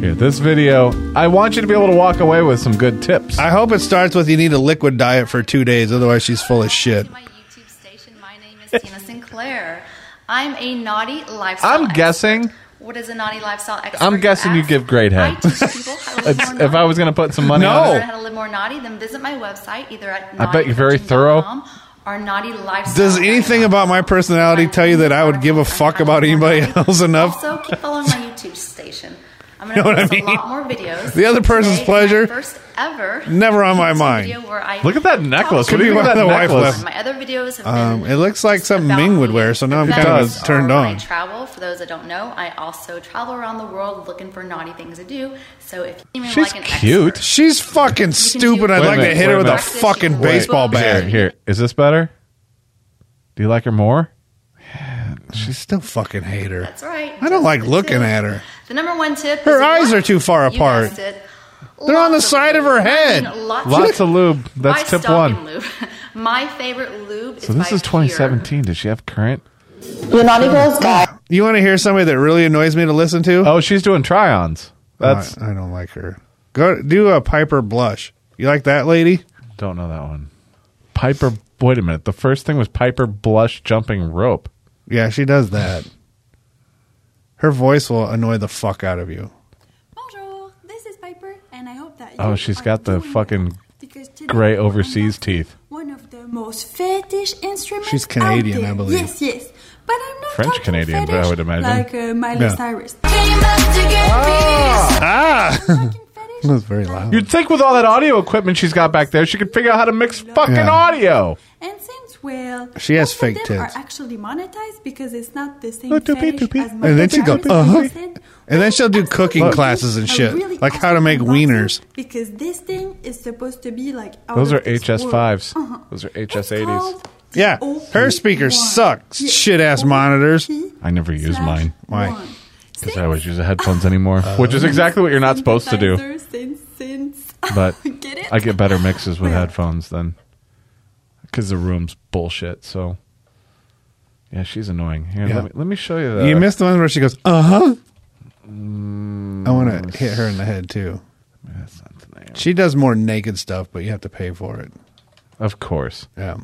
S5: Here, this video. I want you to be able to walk away with some good tips.
S6: I hope it starts with you need a liquid diet for two days, otherwise she's full of shit.
S10: My YouTube station. My name is Tina Sinclair. I'm a naughty lifestyle.
S5: I'm
S10: expert.
S5: guessing.
S10: What is a naughty lifestyle expert?
S5: I'm guessing you
S10: ask?
S5: give great head. *laughs*
S10: I teach people how to live
S5: It's-
S10: more
S5: if I
S10: naughty.
S5: was going to put some money
S6: No.
S5: on
S10: to
S5: it,
S10: learn how to live more naughty, then visit my website either at
S5: I bet you're very thorough.
S10: naughtycoaching.com or naughty lifestyle.
S6: Does anything about my personality tell you that I would give a fuck about anybody *laughs* else enough?
S10: Also, keep following my YouTube station. I'm
S6: Know what
S10: going to post
S6: I mean?
S10: a lot more videos.
S6: The other person's
S10: Today is my
S6: pleasure,
S10: First ever.
S6: Never on my
S10: YouTube
S6: mind.
S10: video where I
S5: Look at that necklace.
S10: talk
S5: What do you
S6: Could
S5: think
S6: be
S5: of that
S6: why the wife
S5: necklace?
S6: left.
S10: My other videos have
S6: Um,
S10: been.
S6: it looks like
S10: just
S6: something
S10: about
S6: Ming would
S10: me.
S6: wear, so now I'm
S10: The
S6: kind
S5: of
S10: videos are
S6: turned
S10: when
S6: on.
S10: I travel. For those that don't know, I also travel around the world looking for naughty things to do. So if you
S5: She's
S10: like an
S5: cute.
S10: expert,
S6: She's fucking stupid. I'd
S5: Wait a
S6: like to
S5: minute,
S6: hit
S5: wait
S6: her
S5: a
S6: with a
S5: minute.
S6: fucking
S10: Wait.
S6: baseball
S5: Here,
S6: bat.
S5: here. Is this better? Do you like her more?
S6: She still fucking hate her.
S10: That's right.
S6: I don't like
S10: Just
S6: looking
S10: do.
S6: at her.
S10: The number one tip.
S6: Her
S10: is
S6: eyes
S10: lots-
S6: are too far
S10: you
S6: apart.
S10: guessed it.
S6: They're on the
S10: Lots of
S6: side of her
S10: lube. I
S6: head.
S10: mean, Lots,
S5: Lots of lube. That's
S10: I
S5: tip
S10: stock in
S5: one.
S10: lube. *laughs* My favorite lube.
S5: So this
S10: by
S5: is 2017. Does she have current?
S6: You want to hear somebody that really annoys me to listen to?
S5: Oh, she's doing try-ons. That's
S6: I, I don't like her. Go do a Piper blush. You like that lady?
S5: don't know that one. Piper. Wait a minute. The first thing was Piper blush jumping rope.
S6: Yeah, she does that. Her voice will annoy the fuck out of you.
S2: Bonjour, this is Piper, and I hope that.
S5: Oh,
S2: you
S5: she's
S2: are
S5: got the
S2: doing
S5: fucking
S2: well, because today
S5: Gray
S2: I
S5: overseas
S2: unboxed
S5: teeth.
S2: One of the most fetish instruments.
S6: She's
S2: out
S6: Canadian,
S2: there.
S6: I believe.
S2: Yes, yes, but I'm not
S5: French
S2: talking
S5: Canadian, but I
S2: fetish
S5: would imagine.
S2: like uh, Miley
S6: Yeah.
S2: Cyrus.
S6: Ah,
S2: Fucking
S6: *laughs*
S2: fetish.
S6: that's very loud.
S5: You'd think with all that audio equipment she's got back there, she could figure out how to mix fucking
S6: Yeah.
S5: audio.
S2: And since well,
S6: She has
S2: most of
S6: fake
S2: them
S6: tits.
S2: Are actually monetized because it's not the same
S5: Oh, doopie,
S2: fetish
S5: doopie.
S2: as my
S6: And then she'll go,
S2: favorite
S6: uh-huh.
S2: person.
S6: And then she'll do
S2: Absolutely.
S6: cooking
S2: Look.
S6: classes and
S2: I
S6: shit,
S2: really
S6: like how to
S2: awesome
S6: make
S2: unboxing
S6: wieners.
S2: Because this thing is supposed to be like out
S5: Those
S2: of
S5: are
S2: this
S5: HS5s.
S2: world. Uh-huh.
S5: Those are
S2: It's
S5: HS80s.
S2: called the
S6: Yeah, her speakers
S2: OP1.
S6: suck,
S2: The
S6: shit-ass monitors.
S2: OP
S5: I never use
S2: slash
S5: mine.
S6: Why?
S2: one.
S5: Because I always use the headphones anymore,
S6: Uh,
S5: which is exactly what you're not supposed to do.
S2: Synthesizer, synth, synth. *laughs*
S5: But
S2: Get it?
S5: I get better mixes with
S2: Well.
S5: headphones than because the room's bullshit. So yeah, she's annoying. Here,
S6: Yeah.
S5: let, me, let me show you. The,
S6: You missed the one where she goes, uh huh. I want to hit her in the head too.
S5: Mm, That's not the name.
S6: She does more naked stuff, but you have to pay for it.
S5: Of course.
S6: Yeah.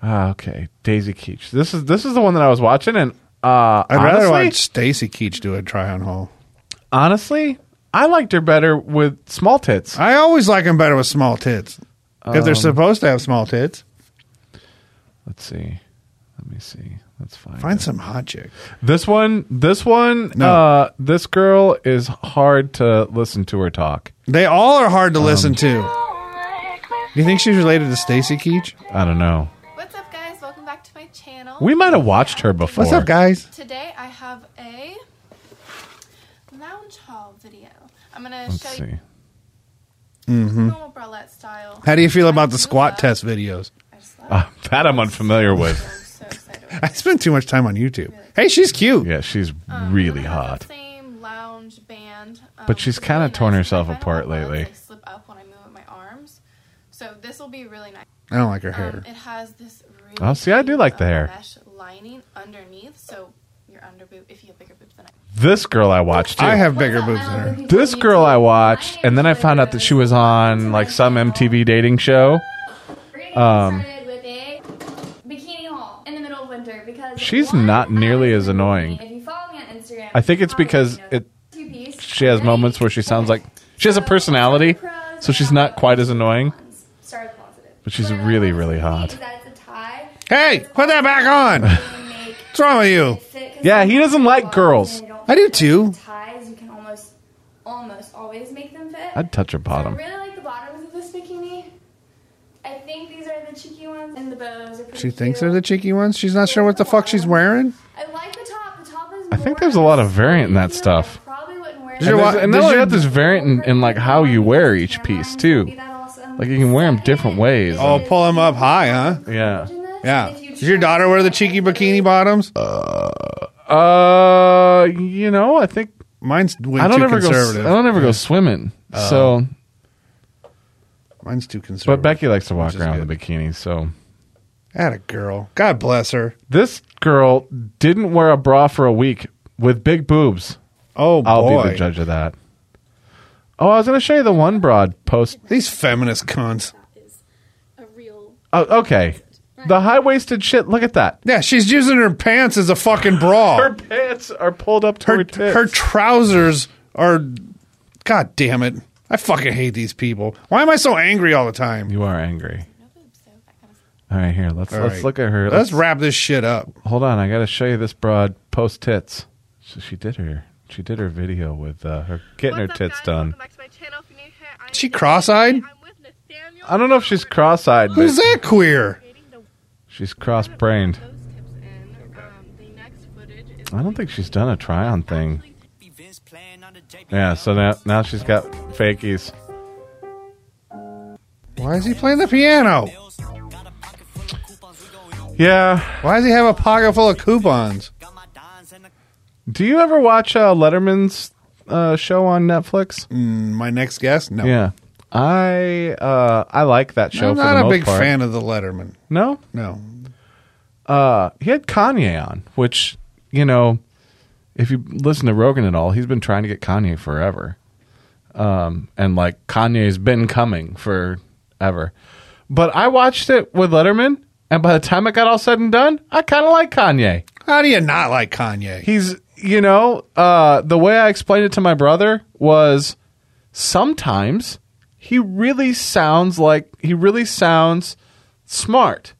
S5: Ah, okay. Daisy Keach. This is this is the one that I was watching, and uh,
S6: I'd rather
S5: honestly,
S6: watch Stacy Keach do a try on haul.
S5: Honestly, I liked her better with small tits.
S6: I always like them better with small tits. if they're
S5: Um,
S6: supposed to have small tits,
S5: Let's see. Let me see. Let's find
S6: find
S5: it.
S6: some hot chick.
S5: This one, this one,
S6: No.
S5: uh, this girl is hard to listen to her talk.
S6: They all are hard to
S5: Um,
S6: listen to. Do you think she's related to Stacy Keach?
S5: I don't know.
S11: What's up, guys? Welcome back to my channel.
S5: We might have watched her before.
S6: What's up, guys?
S11: Today I have a lounge haul video. I'm gonna
S5: Let's
S11: show
S5: see.
S11: you
S6: Mm-hmm.
S11: normal bralette style.
S6: How do you feel about the squat test videos?
S5: *laughs*
S6: *laughs*
S5: Uh, that I'm unfamiliar with.
S11: *laughs*
S6: I spend too much time on YouTube. Hey, she's cute.
S5: Yeah, she's
S11: Um,
S5: really hot.
S11: Same lounge band. Um,
S5: But she's kind of torn herself apart lately.
S11: slip up when I move my arms. So this will be really nice.
S5: I don't like her
S11: Um,
S5: hair.
S11: it has this really
S5: Oh, see, I do like the hair.
S11: mesh lining underneath, so your underboob, if you have bigger boobs than I.
S5: This girl I watched. Too.
S6: I have bigger boobs than her.
S5: This girl I watched, and then I found out that she was on like some MTV dating show. Um,
S12: with a bikini haul in the middle of winter because
S5: she's not nearly as annoying.
S12: if you follow me on Instagram,
S5: I think it's because it.
S12: two-piece,
S5: She has moments where she sounds like she has a personality, so she's not quite as annoying.
S12: star positive.
S5: But she's really, really hot.
S12: That's a tie.
S6: Hey, put that back *laughs* on. What's wrong with you?
S5: Yeah, he doesn't like girls.
S6: I do too.
S12: Ties you can almost almost always make them fit.
S5: I'd touch her bottom.
S12: I really like the bottoms of this bikini. I think these are the cheeky ones, and the bows are pretty.
S6: She thinks they're the cheeky ones. She's not sure what the fuck she's wearing.
S12: I like the top. The top is
S5: I think there's a lot of variant in that stuff.
S12: probably wouldn't wear.
S5: And, there's, and then you got this variant in, in like how you wear each piece too. Like you can wear them different ways.
S6: Oh, pull them up high, huh?
S5: Yeah.
S6: Yeah. Does your daughter wear the cheeky bikini bottoms? Uh,
S5: uh you know, I think
S6: mine's way
S5: I don't
S6: too
S5: ever go. s- I
S6: conservative.
S5: don't e- ever go swimming.
S6: Oh.
S5: so
S6: mine's too conservative.
S5: But Becky likes to walk around in a bikini, so
S6: At a girl. God bless her.
S5: This girl didn't wear a bra for a week with big boobs.
S6: Oh,
S5: I'll be
S6: boy.
S5: the judge of that. Oh, I was going to show you the one broad post.
S6: These feminist cons.
S5: Oh, okay. The high waisted shit. Look at that.
S6: Yeah, she's using her pants as a fucking bra.
S5: Her pants are pulled up to her, tits.
S6: Her trousers are. God damn it. I fucking hate these people. Why am I so angry all the time?
S5: You are angry. All right, here. Let's
S6: All
S5: let's
S6: right.
S5: look at her.
S6: Let's wrap this shit up.
S5: Hold on, I got to show you this broad post tits. So she did her she did her video with uh, her getting her tits done.
S6: She cross eyed?
S5: I don't know if she's cross eyed.
S6: Who's that queer?
S5: She's cross brained. I don't think she's done a try on thing. Yeah, so now now she's got fakies.
S6: Why is he playing the piano?
S5: Yeah.
S6: Why does he have a pocket full of coupons?
S5: Do you ever watch uh, Letterman's uh, show on Netflix?
S6: Mm, my next guest, no.
S5: Yeah, I uh, I like that show.
S6: I'm
S5: for
S6: not
S5: the
S6: a
S5: most
S6: big
S5: part.
S6: fan of the Letterman.
S5: No,
S6: No.
S5: Uh, he had Kanye on, which you know, if you listen to Rogan at all, he's been trying to get Kanye forever, um, and like Kanye's been coming forever. But I watched it with Letterman, and by the time it got all said and done, I kind of like Kanye.
S6: How do you not like Kanye?
S5: He's, you know, uh, the way I explained it to my brother was sometimes he really sounds like he really sounds smart,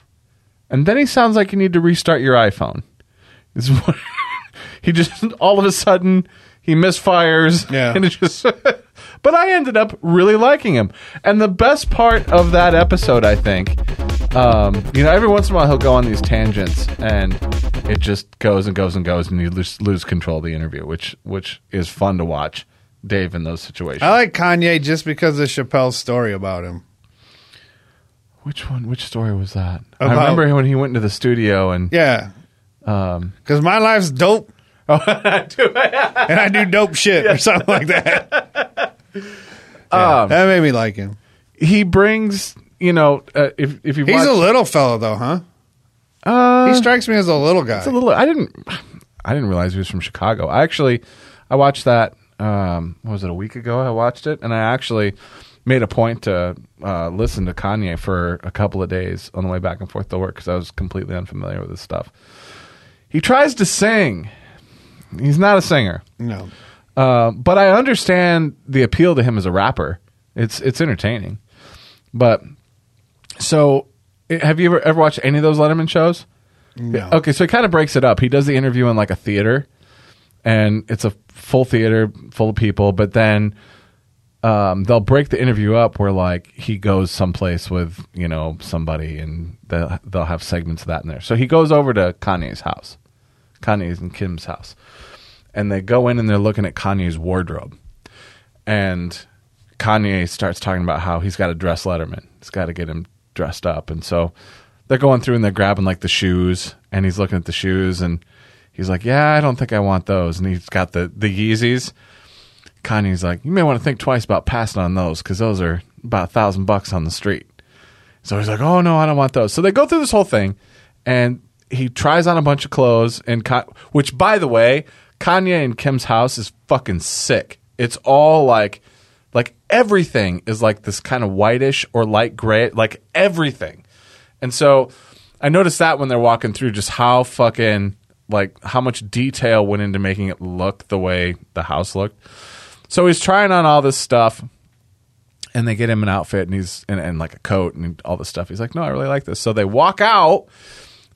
S5: and then he sounds like you need to restart your iPhone. *laughs* Is what he just all of a sudden he misfires,
S6: Yeah.
S5: and it just. *laughs* but I ended up really liking him, and the best part of that episode, I think. Um, you know, every once in a while he'll go on these tangents, and it just goes and goes and goes, and you lose, lose control of the interview, which which is fun to watch. Dave in those situations.
S6: I like Kanye just because of Chappelle's story about him.
S5: Which one? Which story was that? I
S6: About-
S5: remember when he went into the studio and
S6: Yeah.
S5: um,
S6: Because my life's dope.
S5: *laughs* Oh, I do. and
S6: I do dope shit or something like that.
S5: *laughs* um,
S6: that made me like him.
S5: He brings, you know, uh, if if you
S6: He's
S5: watch-
S6: a little fellow, though, huh?
S5: Uh,
S6: he strikes me as a little guy.
S5: It's a little. I didn't. I didn't realize he was from Chicago. I actually, I watched that. Um, what was it a week ago? I watched it, and I actually made a point to uh, listen to Kanye for a couple of days on the way back and forth to work because I was completely unfamiliar with his stuff. He tries to sing. He's not a singer.
S6: No.
S5: Uh, but I understand the appeal to him as a rapper. It's it's entertaining. But so eh, have you ever ever watched any of those Letterman shows?
S6: No.
S5: Okay, so he kind of breaks it up. He does the interview in like a theater, and it's a full theater full of people. But then um, they'll break the interview up where like he goes someplace with you know somebody, and they'll they'll have segments of that in there. So he goes over to Kanye's house, Kanye's and Kim's house, and they go in and they're looking at Kanye's wardrobe, and Kanye starts talking about how he's got to dress Letterman. He's got to get him dressed up. And so they're going through and they're grabbing like the shoes and he's looking at the shoes and he's like, "Yeah, I don't think I want those." And he's got the the Yeezys. Kanye's like, "You may want to think twice about passing on those cuz those are about a 1000 bucks on the street." So he's like, "Oh no, I don't want those." So they go through this whole thing and he tries on a bunch of clothes and Ka- which by the way, Kanye and Kim's house is fucking sick. It's all like like everything is like this kind of whitish or light gray, like everything. And so I noticed that when they're walking through just how fucking like how much detail went into making it look the way the house looked. So he's trying on all this stuff and they get him an outfit and he's and, and like a coat and all this stuff. He's like, "No, I really like this." So they walk out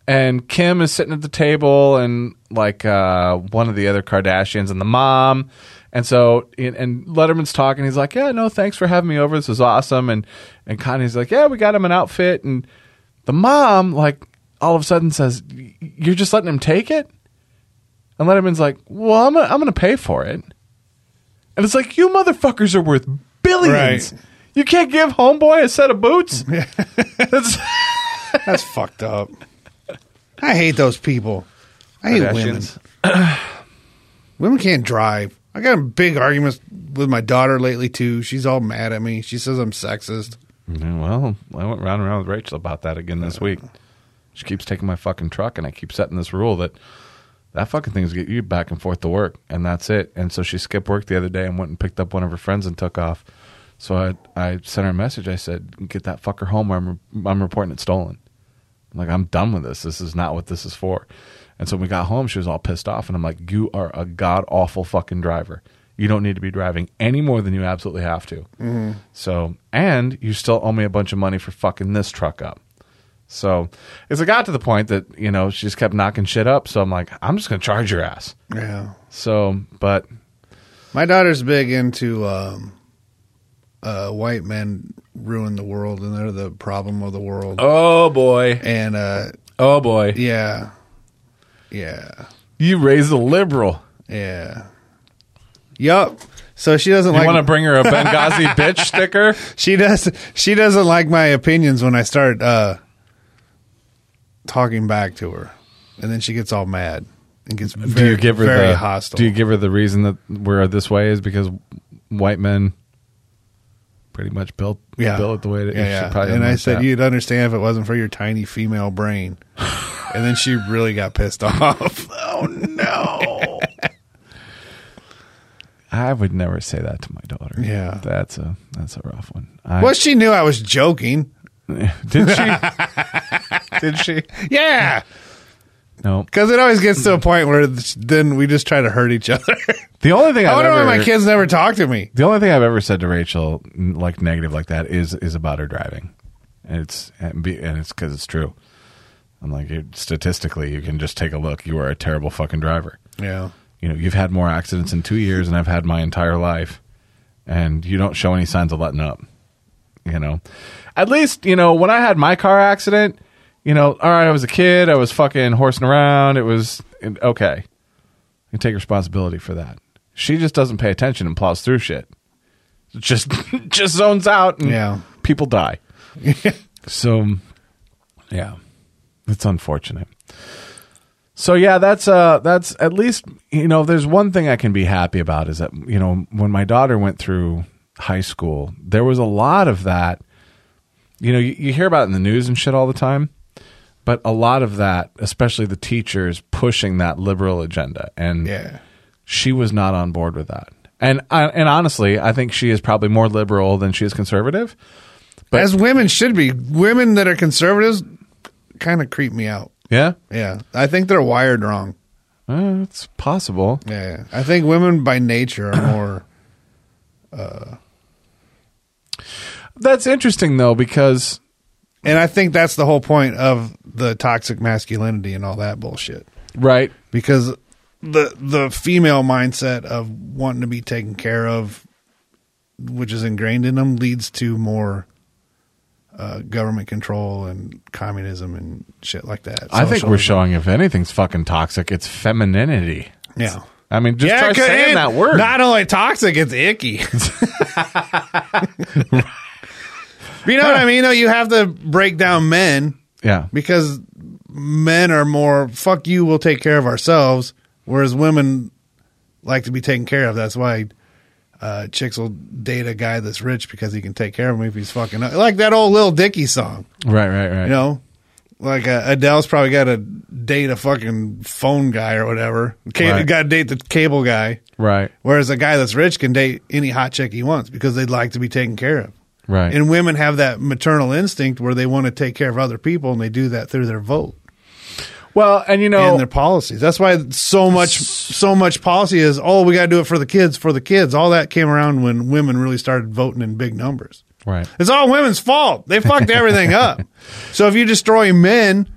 S5: and Kim is sitting at the table and like uh, one of the other Kardashians and the mom. And so and, and Letterman's talking. He's like, "Yeah, no, thanks for having me over. This is awesome." And and Kanye's like, "Yeah, we got him an outfit." And the mom like all of a sudden says, "Y- "You're just letting him take it?" And Letterman's like, "Well, I'm gonna, I'm going to pay for it." And it's like, "You motherfuckers are worth billions.
S6: Right.
S5: You can't give homeboy a set of
S6: *laughs*
S5: boots." That's-
S6: That's fucked up. I hate those people. I hate women.
S5: Kardashians.
S6: Women can't drive. I got in big arguments with my daughter lately too. She's all mad at me. She says I'm sexist.
S5: Yeah, well, I went round and round with Rachel about that again this week. She keeps taking my fucking truck, and I keep setting this rule that that fucking thing's get you back and forth to work, and that's it. And so she skipped work the other day and went and picked up one of her friends and took off. So I I sent her a message. I said, "Get that fucker home, or I'm I'm reporting it stolen." Like I'm done with this. This is not what this is for. And so when we got home, she was all pissed off, and I'm like, "You are a god awful fucking driver. You don't need to be driving any more than you absolutely have to."
S6: Mhm.
S5: So, and you still owe me a bunch of money for fucking this truck up. So, as it got to the point that you know she just kept knocking shit up, so I'm like, I'm just gonna charge your ass.
S6: Yeah.
S5: So, but
S6: My daughter's big into um, uh, white men ruin the world and they're the problem of the world.
S5: oh boy,
S6: And uh,
S5: oh boy,
S6: yeah, yeah,
S5: you raised a liberal.
S6: yeah, yup. So she doesn't
S5: You
S6: like.
S5: want to bring her a
S6: *laughs*
S5: Benghazi bitch sticker?
S6: she does. She doesn't like my opinions when I start uh, talking back to her, and then she gets all mad and gets very,
S5: do you give her
S6: very
S5: the
S6: hostile.
S5: Do you give her the reason that we're this way is because white men pretty much built
S6: yeah.
S5: built it the way it is.
S6: Yeah, yeah. and I said you'd understand if it wasn't for your tiny
S5: *sighs*
S6: female brain. and then she really got pissed *laughs* off. oh no.
S5: I would never say that to my daughter.
S6: Yeah.
S5: that's a that's a rough one. I,
S6: *laughs* well, she knew I was joking.
S5: did she? did she?
S6: Yeah.
S5: No.
S6: Because it always gets to a point where th- then we just try to hurt each other. *laughs*
S5: The only thing
S6: I
S5: I've
S6: wonder
S5: ever-
S6: why my kids never talk to me.
S5: The only thing I've ever said to Rachel, n- like negative like that, is is about her driving, and it's and, be, and it's because it's true. I'm like, you statistically, you can just take a look. You are a terrible fucking driver.
S6: Yeah.
S5: You know, you've had more accidents in two years than I've had my entire life, and you don't show any signs of letting up. You know, at least you know when I had my car accident. You know, all right, I was a kid. I was fucking horsing around. It was it- okay. I take responsibility for that. She just doesn't pay attention and plows through shit. Just *laughs* just zones out and
S6: Yeah.
S5: people die. so yeah. It's unfortunate. So yeah, that's uh that's at least you know, if there's one thing I can be happy about is that you know, when my daughter went through high school, there was a lot of that you know, you, you hear about it in the news and shit all the time, but a lot of that, especially the teachers pushing that liberal agenda, and she was not on board with that. And I, and honestly, I think she is probably more liberal than she is conservative. But
S6: As women should be. Women that are conservatives kind of creep me out.
S5: yeah,
S6: Yeah. I think they're wired wrong.
S5: Uh, it's possible.
S6: Yeah, I think women by nature are more. *coughs* Uh,
S5: That's interesting though because,
S6: and I think that's the whole point of the toxic masculinity and all that bullshit,
S5: right?
S6: Because the the female mindset of wanting to be taken care of, which is ingrained in them, leads to more uh, government control and communism and shit like that.
S5: I think we're
S6: Socialism.
S5: showing if anything's fucking toxic, it's femininity.
S6: Yeah.
S5: I mean, just try
S6: it could-
S5: saying
S6: and
S5: that word.
S6: Not only toxic, it's icky. *laughs* you know what I mean? Though you have to break down men
S5: yeah.
S6: because men are more "fuck you." We'll take care of ourselves, whereas women like to be taken care of. That's why uh, chicks will date a guy that's rich because he can take care of him if he's fucking up. Like that old Lil Dicky song.
S5: Right. Right. Right.
S6: You know, like uh, Adele's probably got to date a fucking phone guy or whatever. Ca-
S5: Right.
S6: Got to date the cable guy.
S5: Right.
S6: Whereas a guy that's rich can date any hot chick he wants because they'd like to be taken care of.
S5: Right.
S6: And women have that maternal instinct where they want to take care of other people and they do that through their vote
S5: well, and you know,
S6: and their policies. That's why so much so much policy is oh we got to do it for the kids for the kids. All that came around when women really started voting in big numbers.
S5: right.
S6: It's all women's fault. They fucked everything up. So if you destroy men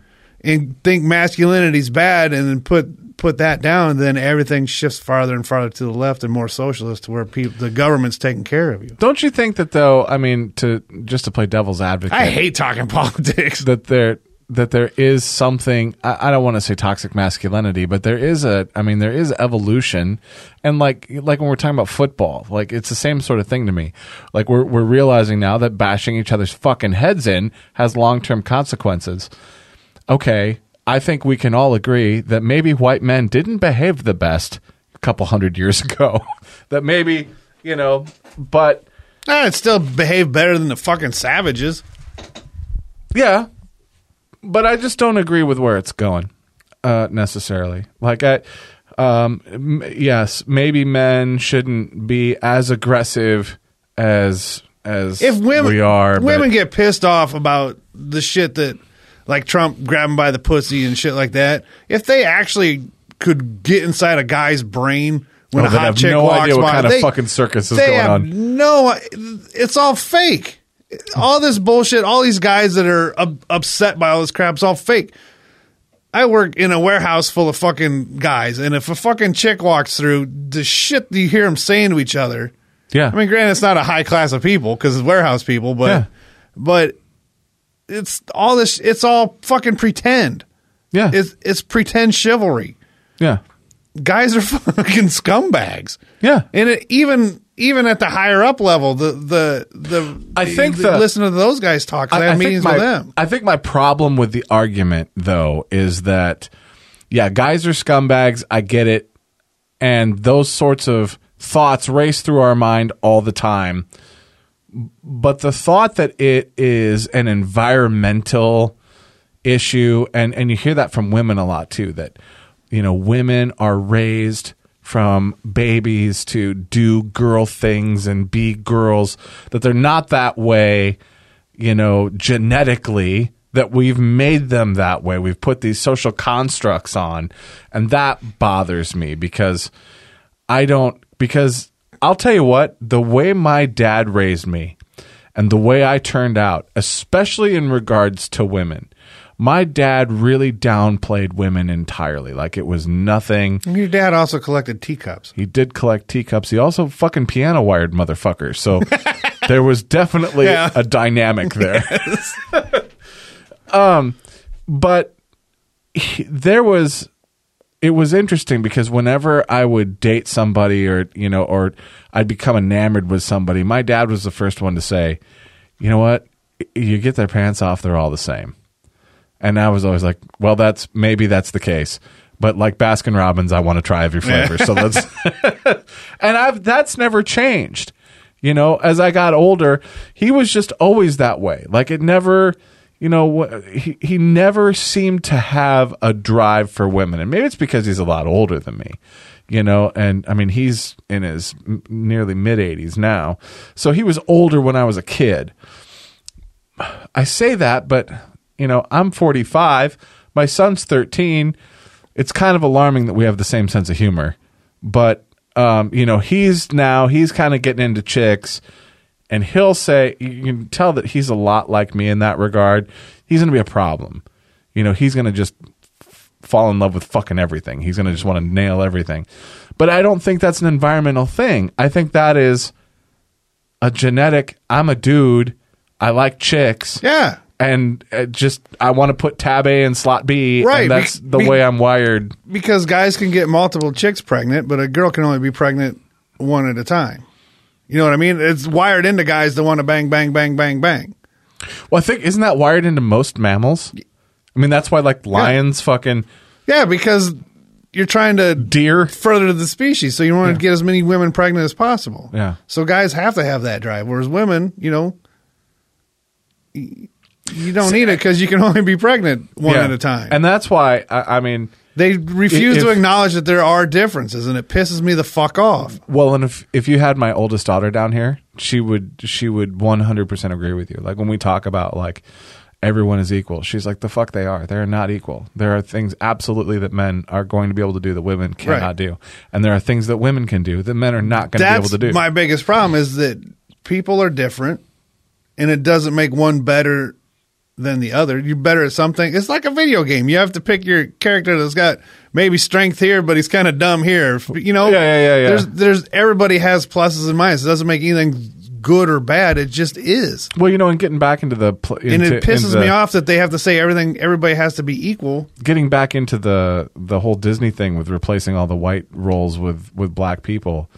S6: and think masculinity's bad and then put put that down, then everything shifts farther and farther to the left and more socialist to where people the government's taking care of you.
S5: Don't you think that though? I mean, to just to play devil's advocate,
S6: I hate talking *laughs* politics.
S5: that there that there is something I, I don't want to say toxic masculinity, but there is a I mean there is evolution, and like like when we're talking about football, like it's the same sort of thing to me. Like we're we're realizing now that bashing each other's fucking heads in has long term consequences. Okay, I think we can all agree that maybe white men didn't behave the best a couple hundred years *laughs* ago. that maybe you know, but
S6: Ah, it still behave better than the fucking savages.
S5: Yeah, but I just don't agree with where it's going uh, necessarily. Like I, um, m- yes, maybe men shouldn't be as aggressive as as
S6: If women
S5: we are. but-
S6: women get pissed off about the shit that like Trump grabbing by the pussy and shit like that, if they actually could get inside a guy's brain when
S5: Oh,
S6: a
S5: they'd
S6: hot
S5: have
S6: chick
S5: no
S6: walks
S5: idea what
S6: by,
S5: kind of
S6: they-
S5: fucking circus is
S6: they
S5: going
S6: have
S5: on.
S6: No, it's all fake. All this bullshit. All these guys that are up, upset by all this crap. It's all fake. I work in a warehouse full of fucking guys, and if a fucking chick walks through, the shit you hear them saying to each other.
S5: Yeah.
S6: I mean, granted, it's not a high class of people because it's warehouse people, but
S5: Yeah.
S6: but it's all this. It's all fucking pretend.
S5: Yeah,
S6: it's it's pretend chivalry.
S5: yeah,
S6: Guys are *laughs* fucking scumbags.
S5: yeah.
S6: And it, even even at the higher up level, the the the
S5: I think
S6: the,
S5: the-
S6: listen to those guys talk. 'cause I, have meetings
S5: my,
S6: with them.
S5: I think my problem with the argument though is that yeah, guys are scumbags, I get it. And those sorts of thoughts race through our mind all the time. But the thought that it is an environmental issue and and you hear that from women a lot too that you know women are raised from babies to do girl things and be girls that they're not that way you know genetically that we've made them that way we've put these social constructs on and that bothers me because I don't because I'll tell you what, the way my dad raised me and the way I turned out, especially in regards to women, my dad really downplayed women entirely. Like it was nothing.
S6: Your dad also collected teacups.
S5: He did collect teacups. He also fucking piano wired motherfuckers. So there was definitely
S6: Yeah.
S5: a dynamic there. *laughs* um, but he- there was it was interesting because whenever I would date somebody or you know or I'd become enamored with somebody, my dad was the first one to say, "You know what? You get their pants off, they're all the same." And I was always like, "Well, that's maybe that's the case." But like Baskin Robbins, I want to try every flavor. So let's and I've that's never changed. You know, as I got older, he was just always that way. Like it never, you know, wh- he he never seemed to have a drive for women, and maybe it's because he's a lot older than me. You know, and I mean, he's in his m- nearly mid 80s now. So he was older when I was a kid. I say that, but you know, I'm 45. My son's 13. it's kind of alarming that we have the same sense of humor. But um, you know, he's now he's kind of getting into chicks, and he'll say you can tell that he's a lot like me in that regard. He's going to be a problem. You know, he's going to just f- fall in love with fucking everything. He's going to just want to nail everything. But I don't think that's an environmental thing. I think that is a genetic. I'm a dude. I like chicks.
S6: Yeah.
S5: And uh, just I want to put tab A in slot B.
S6: Right,
S5: And that's
S6: be-
S5: the
S6: be-
S5: way I'm wired.
S6: because guys can get multiple chicks pregnant, but a girl can only be pregnant one at a time. You know what I mean? It's wired into guys that want to bang, bang, bang, bang, bang.
S5: Well, I think isn't that wired into most mammals? I mean, that's why like lions fucking
S6: Yeah, because you're trying to
S5: deer
S6: further the species, so you want to get as many women pregnant as possible.
S5: yeah.
S6: So guys have to have that drive, whereas women, you know, y- you don't need it because you can only be pregnant one
S5: Yeah.
S6: at a time.
S5: And that's why I, I mean
S6: They refuse
S5: If-
S6: to acknowledge that there are differences, and it pisses me the fuck off.
S5: Well, and if if you had my oldest daughter down here, she would she would one hundred percent agree with you. Like when we talk about like everyone is equal, she's like the fuck they are. They are not equal. There are things absolutely that men are going to be able to do that women cannot
S6: Right.
S5: do, and there are things that women can do that men are not going to be
S6: That's
S5: able to do.
S6: my biggest problem is that people are different, and it doesn't make one better than the other. You're better at something. It's like a video game. You have to pick your character that's got maybe strength here, but he's kind of dumb here. You know?
S5: Yeah, yeah, yeah, yeah.
S6: There's, there's everybody has pluses and minuses. It doesn't make anything good or bad. It just is.
S5: well, you know, and getting back into the pl-
S6: And
S5: into-
S6: it pisses
S5: into-
S6: me off that they have to say everything. Everybody has to be equal.
S5: getting back into the the whole Disney thing with replacing all the white roles with with black people.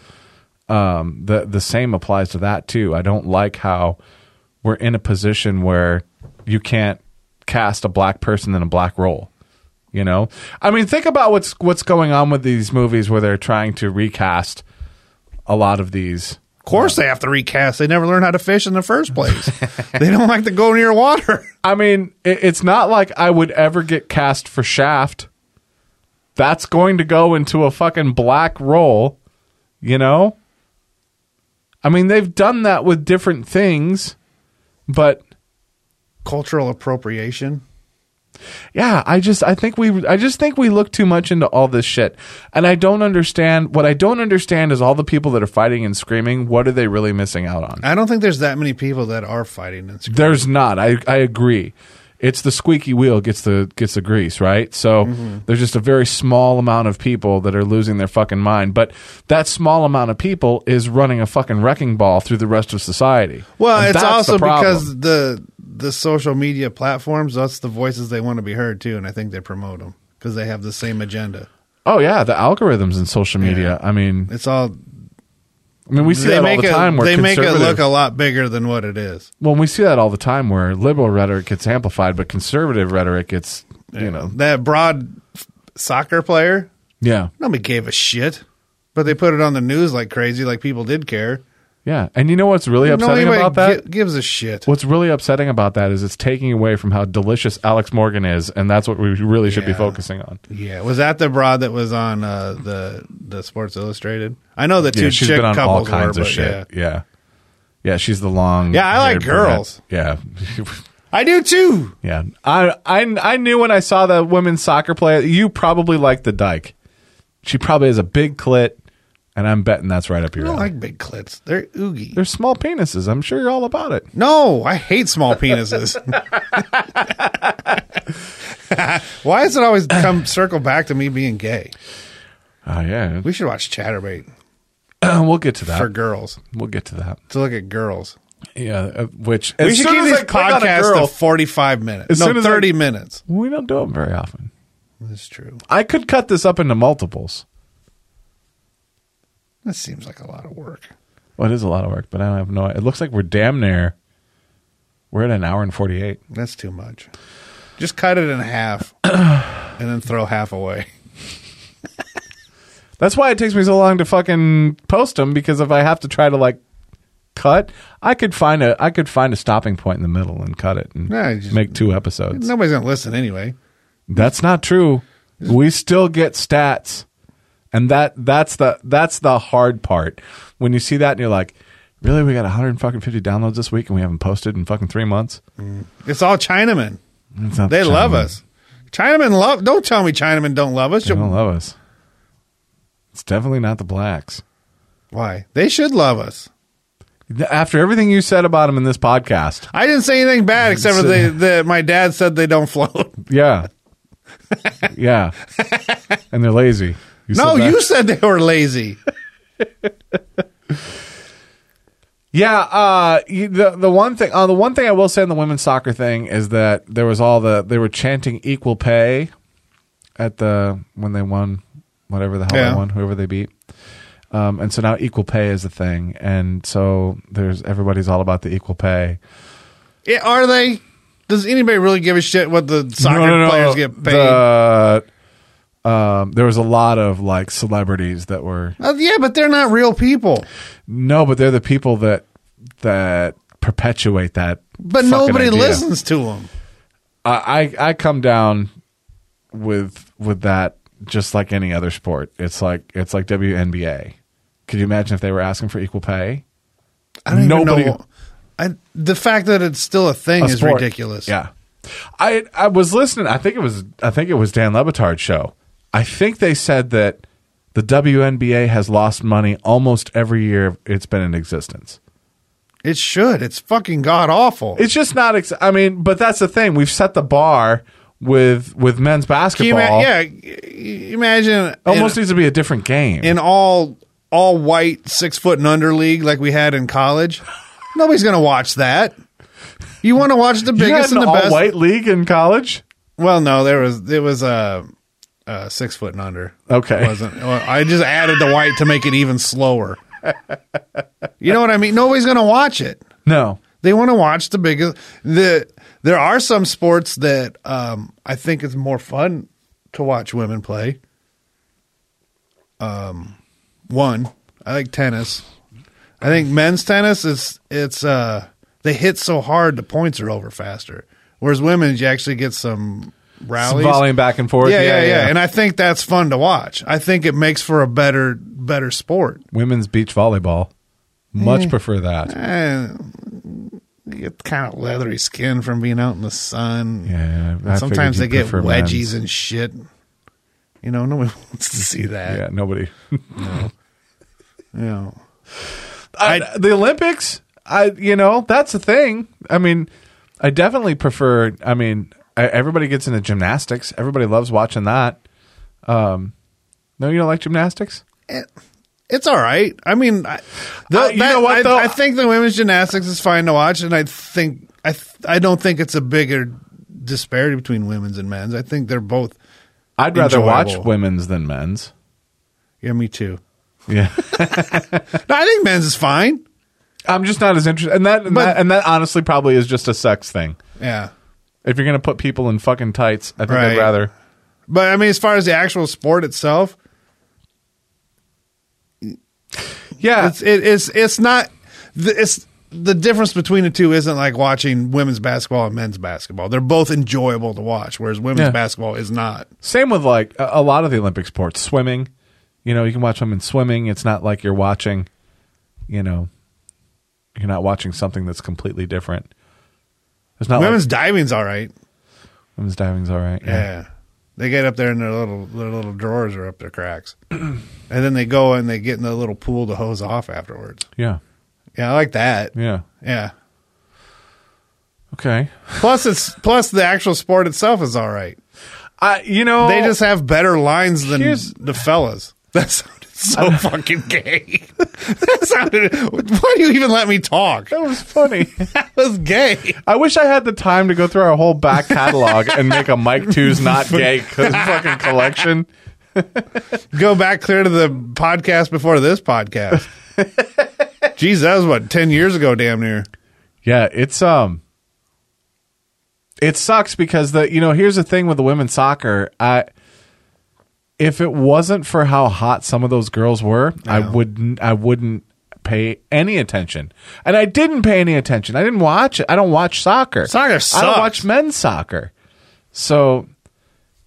S5: Um, the the same applies to that too. I don't like how we're in a position where you can't cast a black person in a black role. You know, I mean, think about what's what's going on with these movies where they're trying to recast a lot of these.
S6: Of course, they have to recast. They never learned how to fish in the first
S5: *laughs*
S6: place. they don't like to go near water.
S5: I mean, it, it's not like I would ever get cast for Shaft. That's going to go into a fucking black role, you know? I mean, they've done that with different things, but
S6: Cultural appropriation.
S5: yeah, I just I think we I just think we look too much into all this shit. And I don't understand what I don't understand is all the people that are fighting and screaming, what are they really missing out on?
S6: I don't think there's that many people that are fighting and screaming.
S5: There's not. I I agree. It's the squeaky wheel gets the gets the grease, right? So
S6: Mm-hmm.
S5: there's just a very small amount of people that are losing their fucking mind, but that small amount of people is running a fucking wrecking ball through the rest of society.
S6: Well,
S5: And
S6: it's
S5: that's the
S6: also
S5: problem.
S6: because the the social media platforms. That's the voices they want to be heard too, and I think they promote them because they have the same agenda.
S5: oh yeah, the algorithms in social media. I mean,
S6: It's all
S5: I mean we see
S6: they
S5: that all
S6: make
S5: the
S6: it-
S5: time. where
S6: they make it
S5: conservative-
S6: look a lot bigger than what it is.
S5: Well, we see that all the time where liberal rhetoric gets amplified, but conservative rhetoric gets you know
S6: That broad f- soccer player,
S5: yeah
S6: nobody gave a shit, but they put it on the news like crazy, like people did care.
S5: yeah. And you know what's really upsetting
S6: Nobody
S5: about that?
S6: gi- gives a shit.
S5: What's really upsetting about that is it's taking away from how delicious Alex Morgan is, and that's what we really should be
S6: Yeah.
S5: focusing on.
S6: Yeah, was that the broad that was on uh, the the Sports Illustrated? I know the two
S5: yeah,
S6: chick
S5: she's been on all
S6: couples
S5: kinds
S6: were,
S5: of
S6: but
S5: shit.
S6: yeah.
S5: Yeah. yeah, she's the long.
S6: Yeah, I
S5: haired
S6: like
S5: brunette.
S6: girls.
S5: Yeah, *laughs*
S6: I do too.
S5: yeah. I, I I knew when I saw the women's soccer player. You probably like the Dyke. She probably has a big clit, and I'm betting that's right up
S6: I
S5: your
S6: don't
S5: alley.
S6: like big clits. They're oogie.
S5: They're small penises. I'm sure you're all about it.
S6: No, I hate small penises. *laughs* Why does it always come circle back to me being gay?
S5: Oh yeah,
S6: We should watch Chatterbait
S5: *clears throat* we'll get to that.
S6: for girls
S5: we'll get to that.
S6: to look at girls.
S5: Yeah, uh, which
S6: we
S5: as
S6: should
S5: soon
S6: keep
S5: as
S6: these
S5: I click on a
S6: podcasts
S5: girl-
S6: to forty-five minutes.
S5: As
S6: no,
S5: soon as I-
S6: thirty minutes.
S5: We don't do them very often.
S6: That's true.
S5: I could cut this up into multiples.
S6: That seems like a lot of work.
S5: Well, it is a lot of work, but I don't have no. It looks like we're damn near. We're at an hour and forty-eight.
S6: That's too much. Just cut it in
S5: *clears throat*
S6: half and then throw half away.
S5: That's why it takes me so long to fucking post them because if I have to try to like cut, I could find a I could find a stopping point in the middle and cut it and
S6: Yeah, just-
S5: make two episodes.
S6: Nobody's gonna listen anyway.
S5: That's not true. We still get stats. And that that's the that's the hard part. When you see that and you're like, really we got 150 downloads this week and we haven't posted in fucking 3 months?
S6: It's all Chinamen.
S5: It's not
S6: They
S5: the
S6: love
S5: Chinamen.
S6: us. Chinamen love. Don't tell me Chinamen don't love us.
S5: They don't love us. It's definitely not the blacks.
S6: Why? They should love us.
S5: After everything you said about them in this podcast,
S6: I didn't say anything bad except for
S5: *laughs*
S6: they, the, my dad said they don't float. *laughs*
S5: yeah, yeah, and they're lazy.
S6: no,
S5: said that.
S6: you said they were lazy.
S5: Yeah, uh, you- the the one thing, uh, the one thing I will say on the women's soccer thing is that there was all the they were chanting equal pay at the when they won whatever the hell
S6: Yeah.
S5: they won, whoever they beat, um, and so now equal pay is the thing, and so there's everybody's all about the equal pay.
S6: Yeah, are they? Does anybody really give a shit what the soccer
S5: No, no, no,
S6: players get paid?
S5: the- um, there was a lot of like celebrities that were
S6: Uh, yeah, but they're not real people.
S5: no, but they're the people that that perpetuate that.
S6: But
S5: fucking
S6: nobody
S5: idea.
S6: listens to them.
S5: I I I come down with with that just like any other sport. It's like it's like WNBA. Could you imagine if they were asking for equal pay?
S6: I don't
S5: Nobody-
S6: even know. I, the fact that it's still a thing
S5: A
S6: is
S5: sport.
S6: ridiculous.
S5: Yeah. I I was listening. I think it was I think it was Dan Levitard's show. I think they said that the WNBA has lost money almost every year it's been in existence.
S6: It should. It's fucking god awful.
S5: It's just not. Ex- I mean, but that's the thing. We've set the bar with with men's
S6: Can you
S5: basketball.
S6: ima- yeah, y- imagine
S5: almost
S6: in,
S5: needs to be a different game.
S6: in all all white six foot and under league like we had in college. Nobody's gonna watch that. You want to watch the
S5: You had
S6: biggest
S5: an
S6: and the best
S5: all-white league in college.
S6: Well, no, there was it was uh, uh six foot and under.
S5: Okay.
S6: it wasn't well, I just added the white to make it even slower. you know what I mean? Nobody's gonna watch it.
S5: No.
S6: They want to watch the biggest. The there are some sports that um I think it's more fun to watch women play. Um, one I like tennis. I think men's tennis is it's uh they hit so hard the points are over faster. Whereas women's you actually get some rallies.
S5: volleying back and forth.
S6: Yeah, yeah,
S5: Yeah,
S6: yeah,
S5: yeah.
S6: And I think that's fun to watch. I think it makes for a better better sport.
S5: Women's beach volleyball. Much
S6: Eh.
S5: prefer that.
S6: Eh, you get kind of leathery skin from being out in the sun.
S5: Yeah, I
S6: And sometimes they
S5: figured
S6: get
S5: you'd prefer
S6: wedgies
S5: men's.
S6: and shit. You know, *laughs* nobody wants to see that.
S5: Yeah, nobody.
S6: No. Yeah.
S5: I, the Olympics, I you know that's the thing. I mean, I definitely prefer. I mean, I, everybody gets into gymnastics. Everybody loves watching that. Um, no, you don't like gymnastics.
S6: It's all right. I mean, I,
S5: Uh, you know what,
S6: I,
S5: though?
S6: I think the women's gymnastics is fine to watch, and I think I th- I don't think it's a bigger disparity between women's and men's. I think they're both.
S5: I'd rather watch
S6: enjoyable.
S5: women's than men's.
S6: Yeah, me too.
S5: Yeah, *laughs*
S6: No, I think men's is fine.
S5: I'm just not as interested. And that, and,
S6: But-
S5: that, and that honestly probably is just a sex thing.
S6: Yeah,
S5: If you're gonna put people in fucking tights, I think I'd
S6: Right.
S5: rather.
S6: but I mean, as far as the actual sport itself,
S5: Yeah,
S6: it's it, it's it's not. th- It's the difference between the two isn't like watching women's basketball and men's basketball. They're both enjoyable to watch, whereas women's
S5: Yeah.
S6: basketball is not.
S5: Same with like a, a lot of the Olympic sports, swimming. You know, you can watch women swimming. It's not like you're watching, you know, you're not watching something that's completely different. It's not
S6: women's
S5: like
S6: diving's all right.
S5: women's diving's all right.
S6: Yeah. They get up there and their little their little drawers are up their cracks. *clears throat* and then they go and they get in the little pool to hose off afterwards.
S5: yeah,
S6: Yeah, I like that.
S5: yeah, yeah.
S6: Yeah.
S5: Okay.
S6: Plus it's plus the actual sport itself is all right.
S5: I, you know,
S6: They just have better lines than
S5: Here's-
S6: the fellas. *laughs* That sounded so fucking gay. *laughs* that sounded why do you even let me talk?
S5: that was funny.
S6: *laughs* That was gay.
S5: I wish I had the time to go through our whole back catalog and make a Mike Two's not gay *laughs* co- fucking collection.
S6: Go back clear to the podcast before this *laughs* podcast. Jeez, that was what, ten years ago damn near.
S5: Yeah, it's um it sucks because the you know, here's the thing with the women's soccer, I if it wasn't for how hot some of those girls were, I wouldn't I wouldn't pay any attention. And I didn't pay any attention. I didn't watch it. I don't watch soccer.
S6: Soccer
S5: I
S6: sucks.
S5: don't watch men's soccer. So,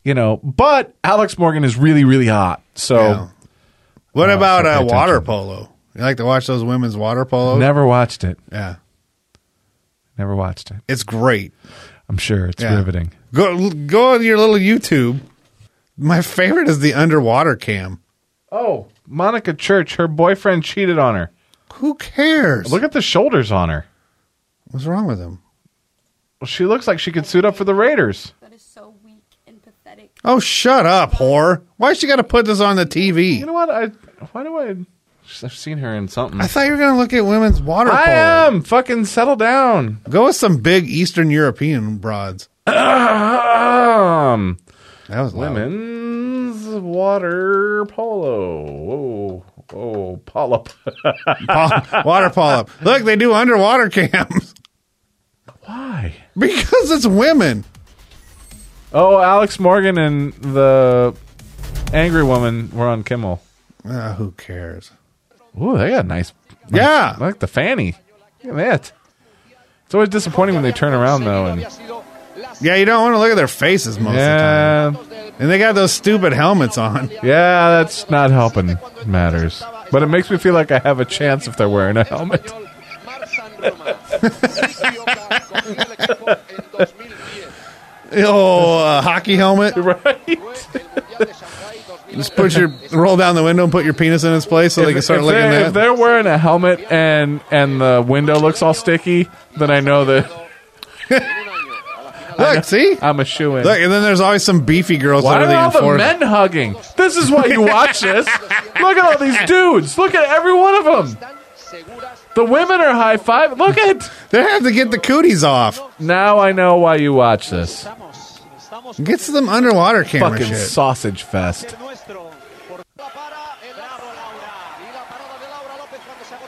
S5: you know, but Alex Morgan is really really hot. So,
S6: Yeah. What
S5: Uh,
S6: about
S5: so
S6: uh,
S5: Oh. pay
S6: water
S5: attention.
S6: polo? You like to watch those women's water polos?
S5: never watched it.
S6: Yeah,
S5: Never watched it.
S6: it's great.
S5: I'm sure it's
S6: Yeah.
S5: riveting.
S6: Go go on your little YouTube. My favorite is the underwater cam.
S5: Oh, Monica Church, her boyfriend cheated on her.
S6: Who cares?
S5: Look at the shoulders on her.
S6: What's wrong with him?
S5: Well, she looks like she could suit up for the Raiders.
S6: Oh, shut up, whore! Why she got to put this on the TV?
S5: You know what? I why do I? I've seen her in something.
S6: I thought you were gonna look at women's water.
S5: I
S6: polo.
S5: am fucking settle down.
S6: Go with some big Eastern European broads.
S5: Um,
S6: That was
S5: *laughs*
S6: loud.
S5: women's water polo. Whoa, whoa, polyp.
S6: Pol- water polyp. Look, they do underwater cams
S5: *laughs*
S6: *laughs*
S5: Why?
S6: because it's women.
S5: Oh, Alex Morgan and the angry woman were on Kimmel.
S6: Ah, who cares?
S5: Ooh, they got nice. nice-
S6: Yeah.
S5: I like the fanny. Look at that. It's always disappointing when they turn around though, and
S6: Yeah, you don't want to look at their faces most
S5: yeah,
S6: of the time. And they got those stupid helmets on. *laughs*
S5: yeah, that's not helping matters. But it makes me feel like I have a chance if they're wearing a helmet. *laughs*
S6: Oh, a hockey helmet.
S5: Right.
S6: Just put your roll down the window and put your penis in its place so they can start
S5: if,
S6: looking
S5: they're,
S6: at
S5: if
S6: it.
S5: they're wearing a helmet and and the window looks all sticky, then I know that
S6: Look, see?
S5: I'm a shoe in.
S6: Look, and then there's always some beefy girls
S5: Why
S6: that are
S5: are
S6: the
S5: all the
S6: enforcers.
S5: men hugging? This is why you watch
S6: *laughs*
S5: this. Look at all these dudes. Look at every one of them. The women are high five. Look at.
S6: They have to get the cooties off.
S5: Now I know why you watch this.
S6: Get some underwater camera
S5: Fucking
S6: shit.
S5: sausage fest.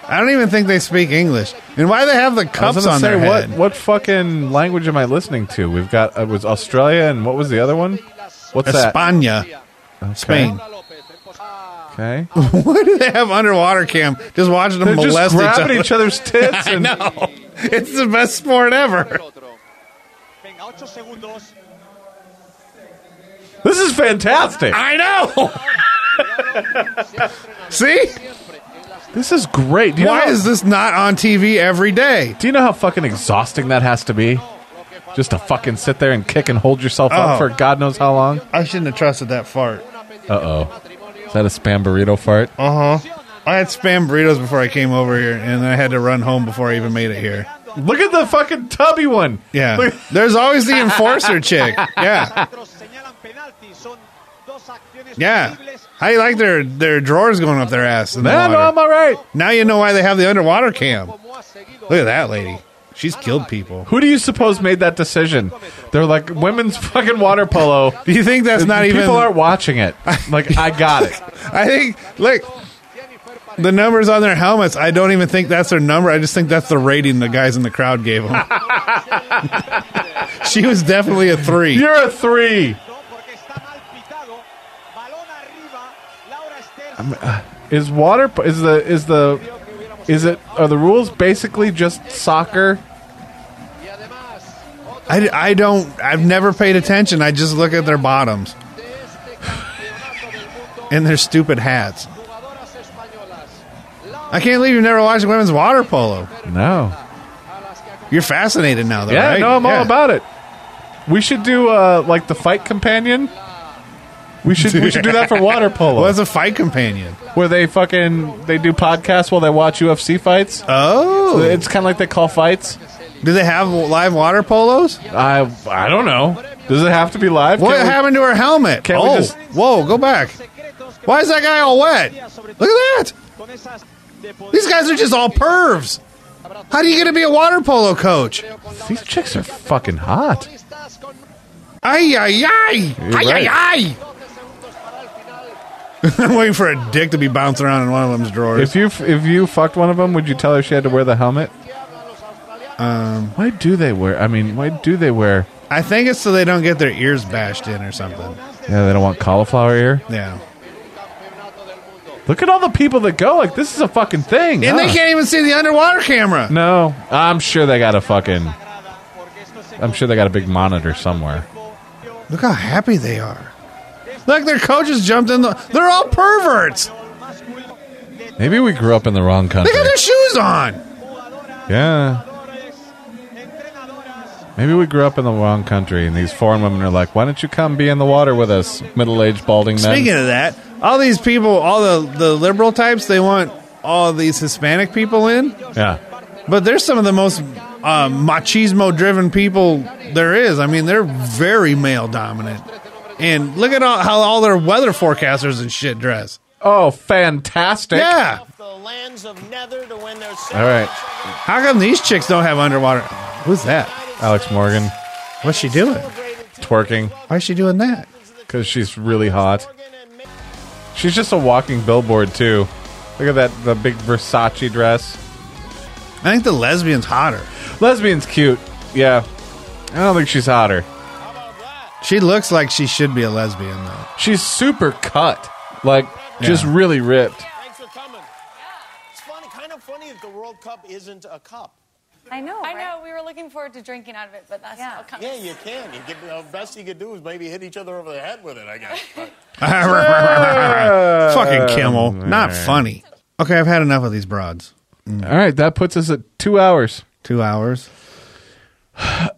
S6: I don't even think they speak English. And why they have the
S5: I was
S6: cups
S5: gonna
S6: on
S5: say
S6: their
S5: what
S6: head?
S5: what fucking language am I listening to? We've got uh, was Australia and what was the other one? What's that?
S6: España, Spain. *laughs*
S5: Okay.
S6: why do they have underwater cam? Just watching them
S5: They're just
S6: molest each
S5: grabbing
S6: other.
S5: each
S6: *laughs*
S5: other's tits and
S6: no, it's the best sport ever.
S5: This is fantastic.
S6: I know. *laughs* See,
S5: This is great. Do you
S6: why
S5: know how,
S6: is this not on TV every day?
S5: Do you know how fucking exhausting that has to be? Just to fucking sit there and kick and hold yourself
S6: Oh.
S5: up for God knows how long.
S6: I shouldn't have trusted that fart.
S5: Uh oh. Is that a spam burrito fart?
S6: Uh huh. I had spam burritos before I came over here, and I had to run home before I even made it here.
S5: Look at the fucking tubby one.
S6: Yeah,
S5: Look-
S6: there's always the
S5: *laughs*
S6: enforcer chick. Yeah, yeah. How you like their their drawers going up their ass? In the
S5: Man, I'm
S6: water.
S5: all right.
S6: Now you know why they have the underwater cam. Look at that lady. She's killed people.
S5: Who do you suppose made that decision? They're like women's fucking water polo.
S6: Do you think that's not
S5: People
S6: even?
S5: aren't watching it. Like I got it.
S6: I think look. The numbers on their helmets, I don't even think that's their number. I just think that's the rating the guys in the crowd
S5: *laughs*
S6: gave them. she was definitely a three.
S5: You're a three. I'm, uh, is water po- is the is the is it are the rules basically just soccer?
S6: I, I don't. I've never paid attention. I just look at their bottoms and their stupid hats. I can't believe you've never watched women's water polo.
S5: No.
S6: You're fascinated now, though,
S5: Yeah,
S6: right?
S5: no, I'm
S6: Yeah.
S5: all about it. We should do uh, like the fight companion. We should we should do that for
S6: *laughs*
S5: water polo,
S6: Well, as a fight companion.
S5: where they fucking they do podcasts while they watch UFC fights.
S6: Oh,
S5: It's kind of like they call fights.
S6: do they have live water polos?
S5: I I don't know. Does it have to be live?
S6: What
S5: Can't we-
S6: happened to her helmet?
S5: can't we
S6: oh,
S5: just-
S6: whoa, go back. Why is that guy all wet? Look at that. These guys are just all pervs. How do you get to be a water polo coach?
S5: These chicks are fucking hot.
S6: Ay, ay, ay. Ay,
S5: right.
S6: ay, ay. *laughs* I'm waiting for a dick to be bouncing around in one of them's drawers.
S5: If you if you fucked one of them, would you tell her she had to wear the helmet?
S6: Um,
S5: Why do they wear? I mean, why do they wear?
S6: I think it's so they don't get their ears bashed in or something.
S5: Yeah, they don't want cauliflower ear.
S6: Yeah.
S5: Look at all the people that go. Like this is a fucking thing.
S6: And they
S5: huh?
S6: can't even see the underwater camera.
S5: No, I'm sure they got a fucking. I'm sure they got a big monitor somewhere.
S6: Look how happy they are. Look, their coaches jumped in the. They're all perverts.
S5: Maybe we grew up in the wrong
S6: They
S5: country.
S6: got their shoes on.
S5: Yeah. Maybe we grew up in the wrong country, and these foreign women are like, "Why don't you come be in the water with us, middle-aged balding men?"
S6: Speaking of that, all these people, all the, the liberal types, they want all these Hispanic people in.
S5: yeah,
S6: But they're some of the most uh, machismo driven people there is. I mean, they're very male dominant. And look at all, how all their weather forecasters and shit dress.
S5: Oh, fantastic.
S6: Yeah.
S5: all right,
S6: How come these chicks don't have underwater? Who's that?
S5: Alex Morgan
S6: What's she doing?
S5: twerking
S6: Why is she doing that?
S5: because she's really hot. She's just a walking billboard too. Look at that, the big Versace dress.
S6: I think the lesbian's hotter.
S5: Lesbian's cute. Yeah, I don't think she's hotter.
S6: She looks like she should be a lesbian, though.
S5: She's super cut, like just
S6: Yeah.
S5: really ripped.
S13: Thanks for coming. It's funny, kind of funny that the World Cup isn't a cup.
S14: I know.
S15: I know. We were looking forward to drinking out of it, but that's not coming.
S13: Yeah, you can. You can the best you could do is maybe hit each other over the head with it, I guess. But
S6: *laughs*
S5: Oh, Uh,
S6: Fucking Kimmel. Not funny. Okay, I've had enough of these broads.
S5: All right, that puts us at two hours.
S6: Two hours.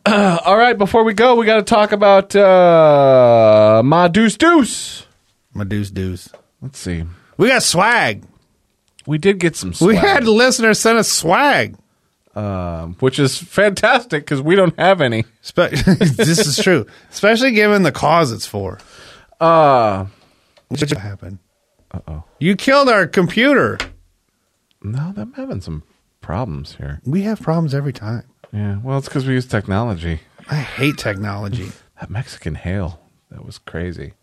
S5: All right, before we go, we got to talk about uh, Ma Deuce Deuce.
S6: My deuce deuce.
S5: Let's see.
S6: We got swag.
S5: We did get some
S6: We
S5: swag,
S6: had listeners send us swag.
S5: um, which is fantastic because we don't have any.
S6: Spe- *laughs* this is true, especially given the cause it's for.
S5: Uh,
S6: Which happened? Uh oh. You killed our computer.
S5: No, I'm having some problems here.
S6: We have problems every time.
S5: Yeah, well, it's because we use technology.
S6: I hate technology.
S5: That Mexican hail, that was crazy.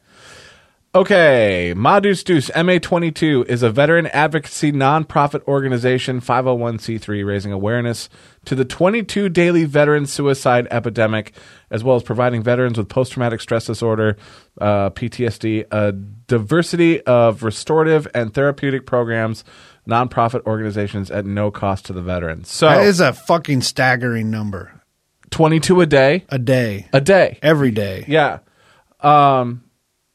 S5: Okay, Madus Deuce, MA22, is a veteran advocacy nonprofit organization, 501c3, raising awareness to the 22 daily veteran suicide epidemic, as well as providing veterans with post traumatic stress disorder, uh, PTSD, a diversity of restorative and therapeutic programs, nonprofit organizations at no cost to the veteran. So,
S6: That is a fucking staggering number.
S5: 22 a day?
S6: A day.
S5: A day.
S6: Every day.
S5: Yeah. Um,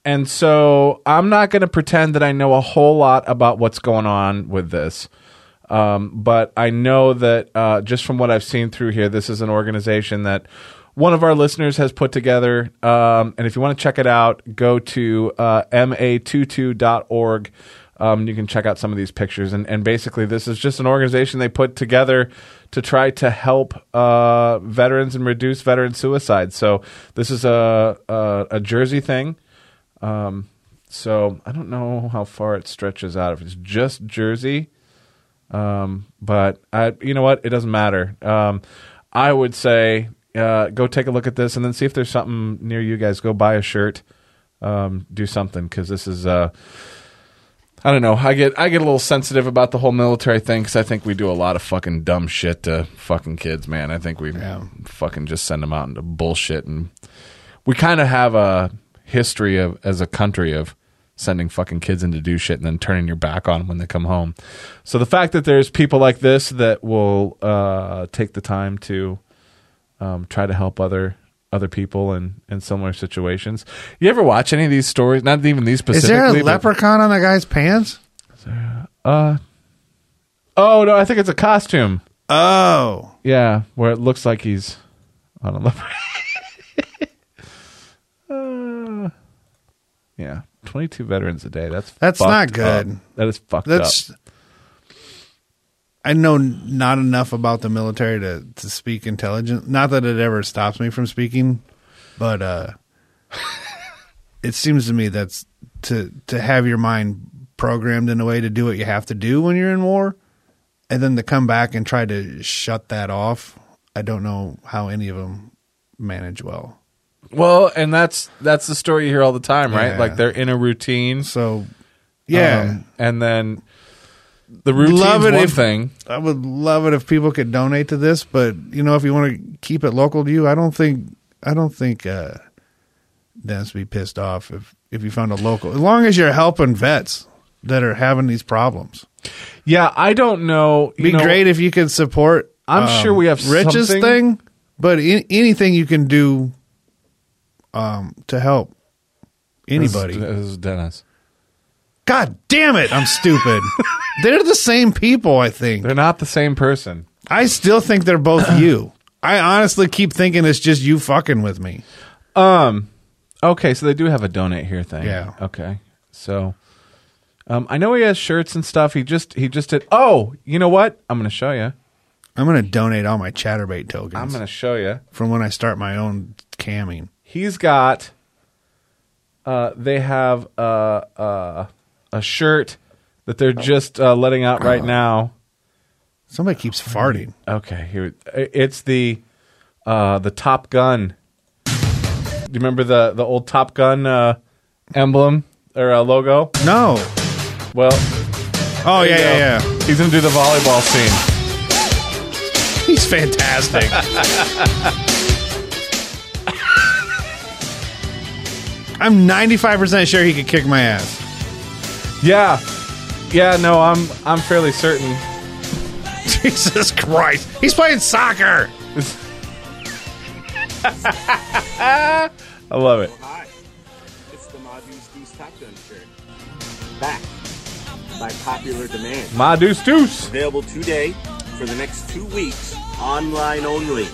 S5: and so I'm not going to pretend that I know a whole lot about what's going on with this. Um, but I know that uh, just from what I've seen through here, this is an organization that one of our listeners has put together. Um, and if you want to check it out, go to uh, ma22.org. Um, you can check out some of these pictures. And, and basically, this is just an organization they put together to try to help uh, veterans and reduce veteran suicide. So this is a, a, a Jersey thing. Um, so I don't know how far it stretches out. If it's just Jersey, um, but I, you know what? It doesn't matter. Um, I would say uh, go take a look at this and then see if there's something near you guys. Go buy a shirt, um, do something because this is. Uh, I don't know. I get I get a little sensitive about the whole military thing because I think we do a lot of fucking dumb shit to fucking kids, man. I think we fucking just send them out into bullshit, and we kind of have a history of as a country of sending fucking kids in to do shit and then turning your back on 'em when they come home. So the fact that there's people like this that will uh, take the time to um, try to help other other people in, in similar situations. You ever watch any of these stories? Not even these
S6: Is
S5: specifically.
S6: there a
S5: but-
S6: leprechaun on the guy's pants?
S5: uh, oh no, I think it's a costume.
S6: Oh,
S5: Yeah, where it looks like he's on a leopard. *laughs* uh, yeah, twenty-two veterans a day. That's
S6: That's
S5: fucked
S6: not good.
S5: up. That is fucked
S6: that's.
S5: up.
S6: I know not enough about the military to, to speak intelligent. Not that it ever stops me from speaking, but uh, *laughs* it seems to me that's to to have your mind programmed in a way to do what you have to do when you're in war, and then to come back and try to shut that off. I don't know how any of them manage well.
S5: Well, and that's that's the story you hear all the time, right?
S6: Yeah.
S5: Like they're in a routine. Um,
S6: So, yeah.
S5: and then the routine's
S6: Love it
S5: one
S6: if-
S5: thing.
S6: I would love it if people could donate to this, but you know, if you want to keep it local to you, I don't think I don't think uh Dennis would be pissed off if if you found a local. As long as you're helping vets that are having these problems,
S5: Yeah, I don't know.
S6: be great if you could support.
S5: I'm sure we have
S6: richest
S5: something.
S6: thing, but in, anything you can do um to help anybody.
S5: This is- this is Dennis.
S6: God damn it!
S5: *laughs*
S6: I'm stupid. They're the same people. I think
S5: They're not the same person. *clears throat*
S6: I still think they're both you. I honestly keep thinking it's just you fucking with me.
S5: Um. Okay, so they do have a donate here thing.
S6: Yeah.
S5: Okay. So, um, I know he has shirts and stuff. He just he just did. Oh, you know what? I'm gonna show you.
S6: I'm gonna donate all my chatterbait tokens.
S5: I'm gonna show you.
S6: from when I start my own camming.
S5: He's got. Uh, they have a uh, a shirt that they're just uh, letting out right now.
S6: Somebody keeps farting.
S5: Okay, here it's the uh, the Top Gun. Do you remember the the old Top Gun uh, emblem or uh, logo?
S6: No.
S5: Well.
S6: Oh
S5: there you
S6: yeah,
S5: go.
S6: yeah,
S5: *laughs*
S6: yeah.
S5: He's gonna do the volleyball scene.
S6: He's fantastic. *laughs* I'm 95% sure he could kick my ass. *laughs*
S5: Yeah, yeah. No, I'm I'm fairly certain.
S6: Jesus Christ. He's playing soccer.
S5: *laughs* I love it.
S14: Hi, it's the Madu's Deuce Top Gun shirt. Back by popular demand.
S5: My deuce deuce.
S14: Available today for the next two weeks, online only.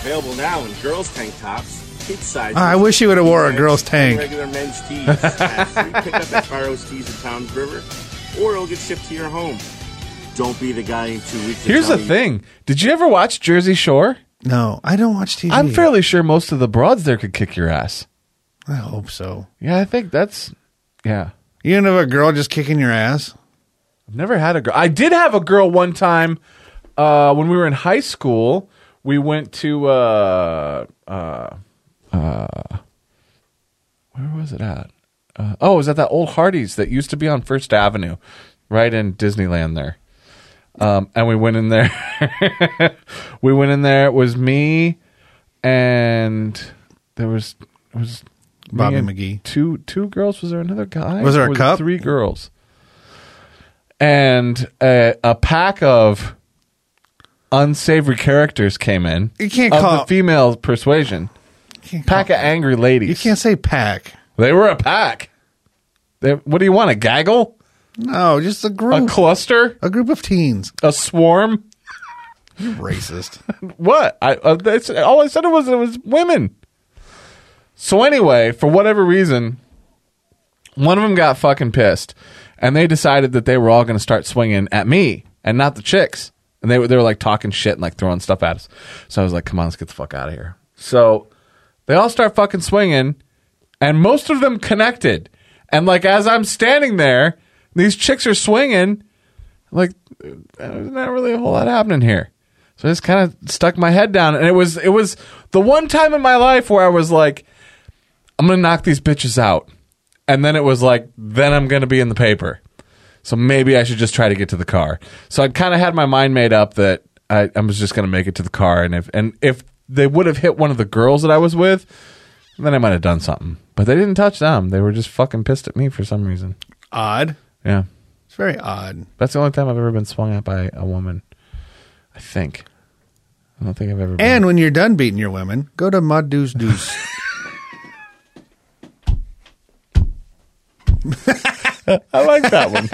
S14: Available now in girls' tank tops, kids' sizes.
S6: Ah, I wish he would've wore a
S14: and
S6: girls' tank.
S14: Regular men's tees.
S10: *laughs*
S14: at free pickup at Barrow's Tees in Tom's River, or it'll get shipped to your home. Don't be the guy in two weeks. to
S5: Here's
S14: tell
S5: the
S14: you-
S5: thing. Did you ever watch Jersey Shore?
S6: No, I don't watch TV.
S5: I'm fairly sure most of the broads there could kick your ass.
S6: I hope so.
S5: Yeah, I think that's yeah.
S6: You didn't have a girl just kicking your ass?
S5: I've never had a girl. I did have a girl one time uh, when we were in high school. We went to uh, uh, uh, where was it at? Uh, oh, it was at that old Hardee's that used to be on First Avenue, right in Disneyland there. Um, and we went in there. *laughs* we went in there. It was me and there was it was me
S6: Bobby
S5: and
S6: McGee.
S5: Two two girls. Was there another guy?
S6: Was there a
S5: Or it
S6: cup?
S5: Three girls and a, a pack of unsavory characters came in.
S6: You can't
S5: of
S6: call-
S5: the female persuasion. Pack of angry ladies.
S6: You can't say pack.
S5: They were a pack. They, what do you want? A gaggle?
S6: No, just a
S5: A
S6: group.
S5: cluster?
S6: A group of teens.
S5: A swarm?
S6: You're racist.
S5: *laughs* What? I uh, that's, all I said was it was women. So anyway, for whatever reason, one of them got fucking pissed, and they decided that they were all going to start swinging at me and not the chicks. And they were they were like talking shit and like throwing stuff at us. So I was like, "Come on, let's get the fuck out of here." So they all start fucking swinging, and most of them connected. And like as I'm standing there, these chicks are swinging. Like there's not really a whole lot happening here. So I just kind of stuck my head down, and it was it was the one time in my life where I was like, I'm gonna knock these bitches out, and then it was like, then I'm gonna be in the paper. So maybe I should just try to get to the car. So I kind of had my mind made up that I, I was just gonna make it to the car, and if and if they would have hit one of the girls that I was with, then I might have done something. But they didn't touch them. They were just fucking pissed at me for some reason.
S6: Odd.
S5: Yeah.
S6: It's very odd.
S5: That's the only time I've ever been swung at by a woman. I think. I don't think I've ever. been.
S6: And when you're done beating your women, go to Mud Deuce Deuce.
S5: *laughs* I like that
S6: *laughs*
S5: one.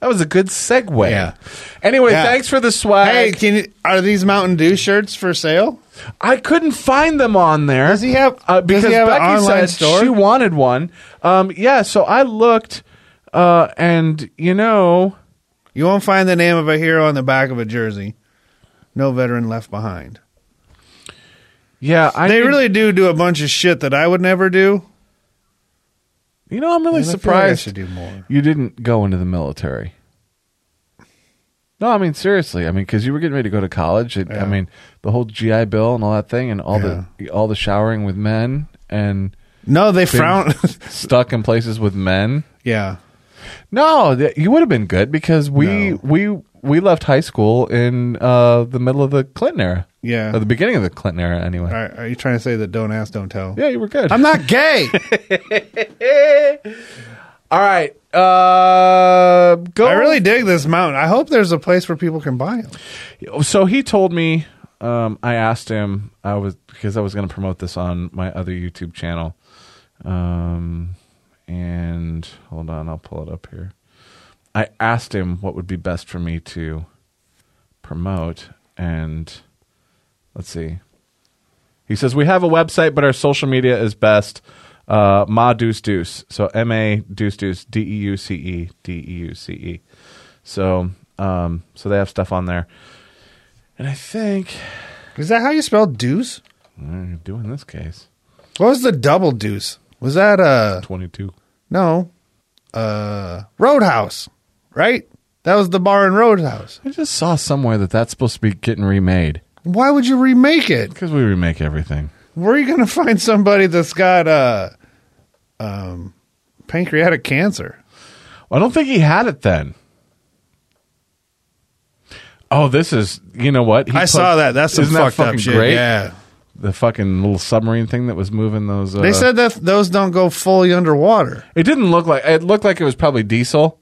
S5: that was a good segue.
S6: Yeah.
S5: Anyway,
S6: Yeah.
S5: thanks for the swag.
S6: hey, can you, are these Mountain Dew shirts for sale?
S5: I couldn't find them on there. Does
S6: he have-
S5: uh,
S6: does
S5: because
S6: he have an
S5: Becky
S6: online
S5: said
S6: store?
S5: she wanted one. Um, yeah, so I looked, uh, and you know,
S6: You won't find the name of a hero on the back of a jersey. No veteran left behind.
S5: yeah, I
S6: they
S5: need-
S6: really do do a bunch of shit that I would never do.
S5: you know, I'm really
S6: And I feel like I
S5: surprised
S6: should do more.
S5: you didn't go into the military. No, I mean seriously. I mean, because you were getting ready to go to college. It, I
S6: Yeah.
S5: mean, the whole GI Bill and all that thing, and all the all the showering with men and
S6: No, they
S5: being
S6: frown. *laughs*
S5: stuck in places with men.
S6: yeah,
S5: No, th- you would have been good because we we we left high school in uh, the middle of the Clinton era.
S6: Yeah.
S5: or the beginning of the Clinton era, anyway.
S6: are, are you trying to say that don't ask, don't tell?
S5: Yeah, you were good.
S6: I'm not gay.
S5: All right, uh, go.
S6: *laughs* I really dig this mountain. I hope there's a place where people can buy them.
S5: so he told me um, i asked him i was because i was going to promote this on my other youtube channel um, and hold on i'll pull it up here i asked him what would be best for me to promote and Let's see. He says we have a website, but our social media is best. Uh, Ma Deuce Deuce. So M A Deuce Deuce D E U C E D E U C E. So um, so they have stuff on there. And I think
S6: is that how you spell deuce?
S5: I do in this case.
S6: What was the double deuce? Was that uh
S5: twenty two?
S6: No, uh Roadhouse, right? That was the bar in Roadhouse.
S5: I just saw somewhere that that's supposed to be getting remade.
S6: Why would you remake it?
S5: Because we remake everything.
S6: Where are you going to *laughs* find somebody that's got uh um pancreatic cancer?
S5: I don't think he had it then. Oh, this is you know what He
S6: I saw that. That's some
S5: isn't
S6: fucked up
S5: fucking
S6: shit.
S5: great?
S6: Yeah.
S5: the fucking little submarine thing that was moving those. Uh,
S6: They said that those don't go fully underwater.
S5: it didn't look like it looked like it was probably diesel.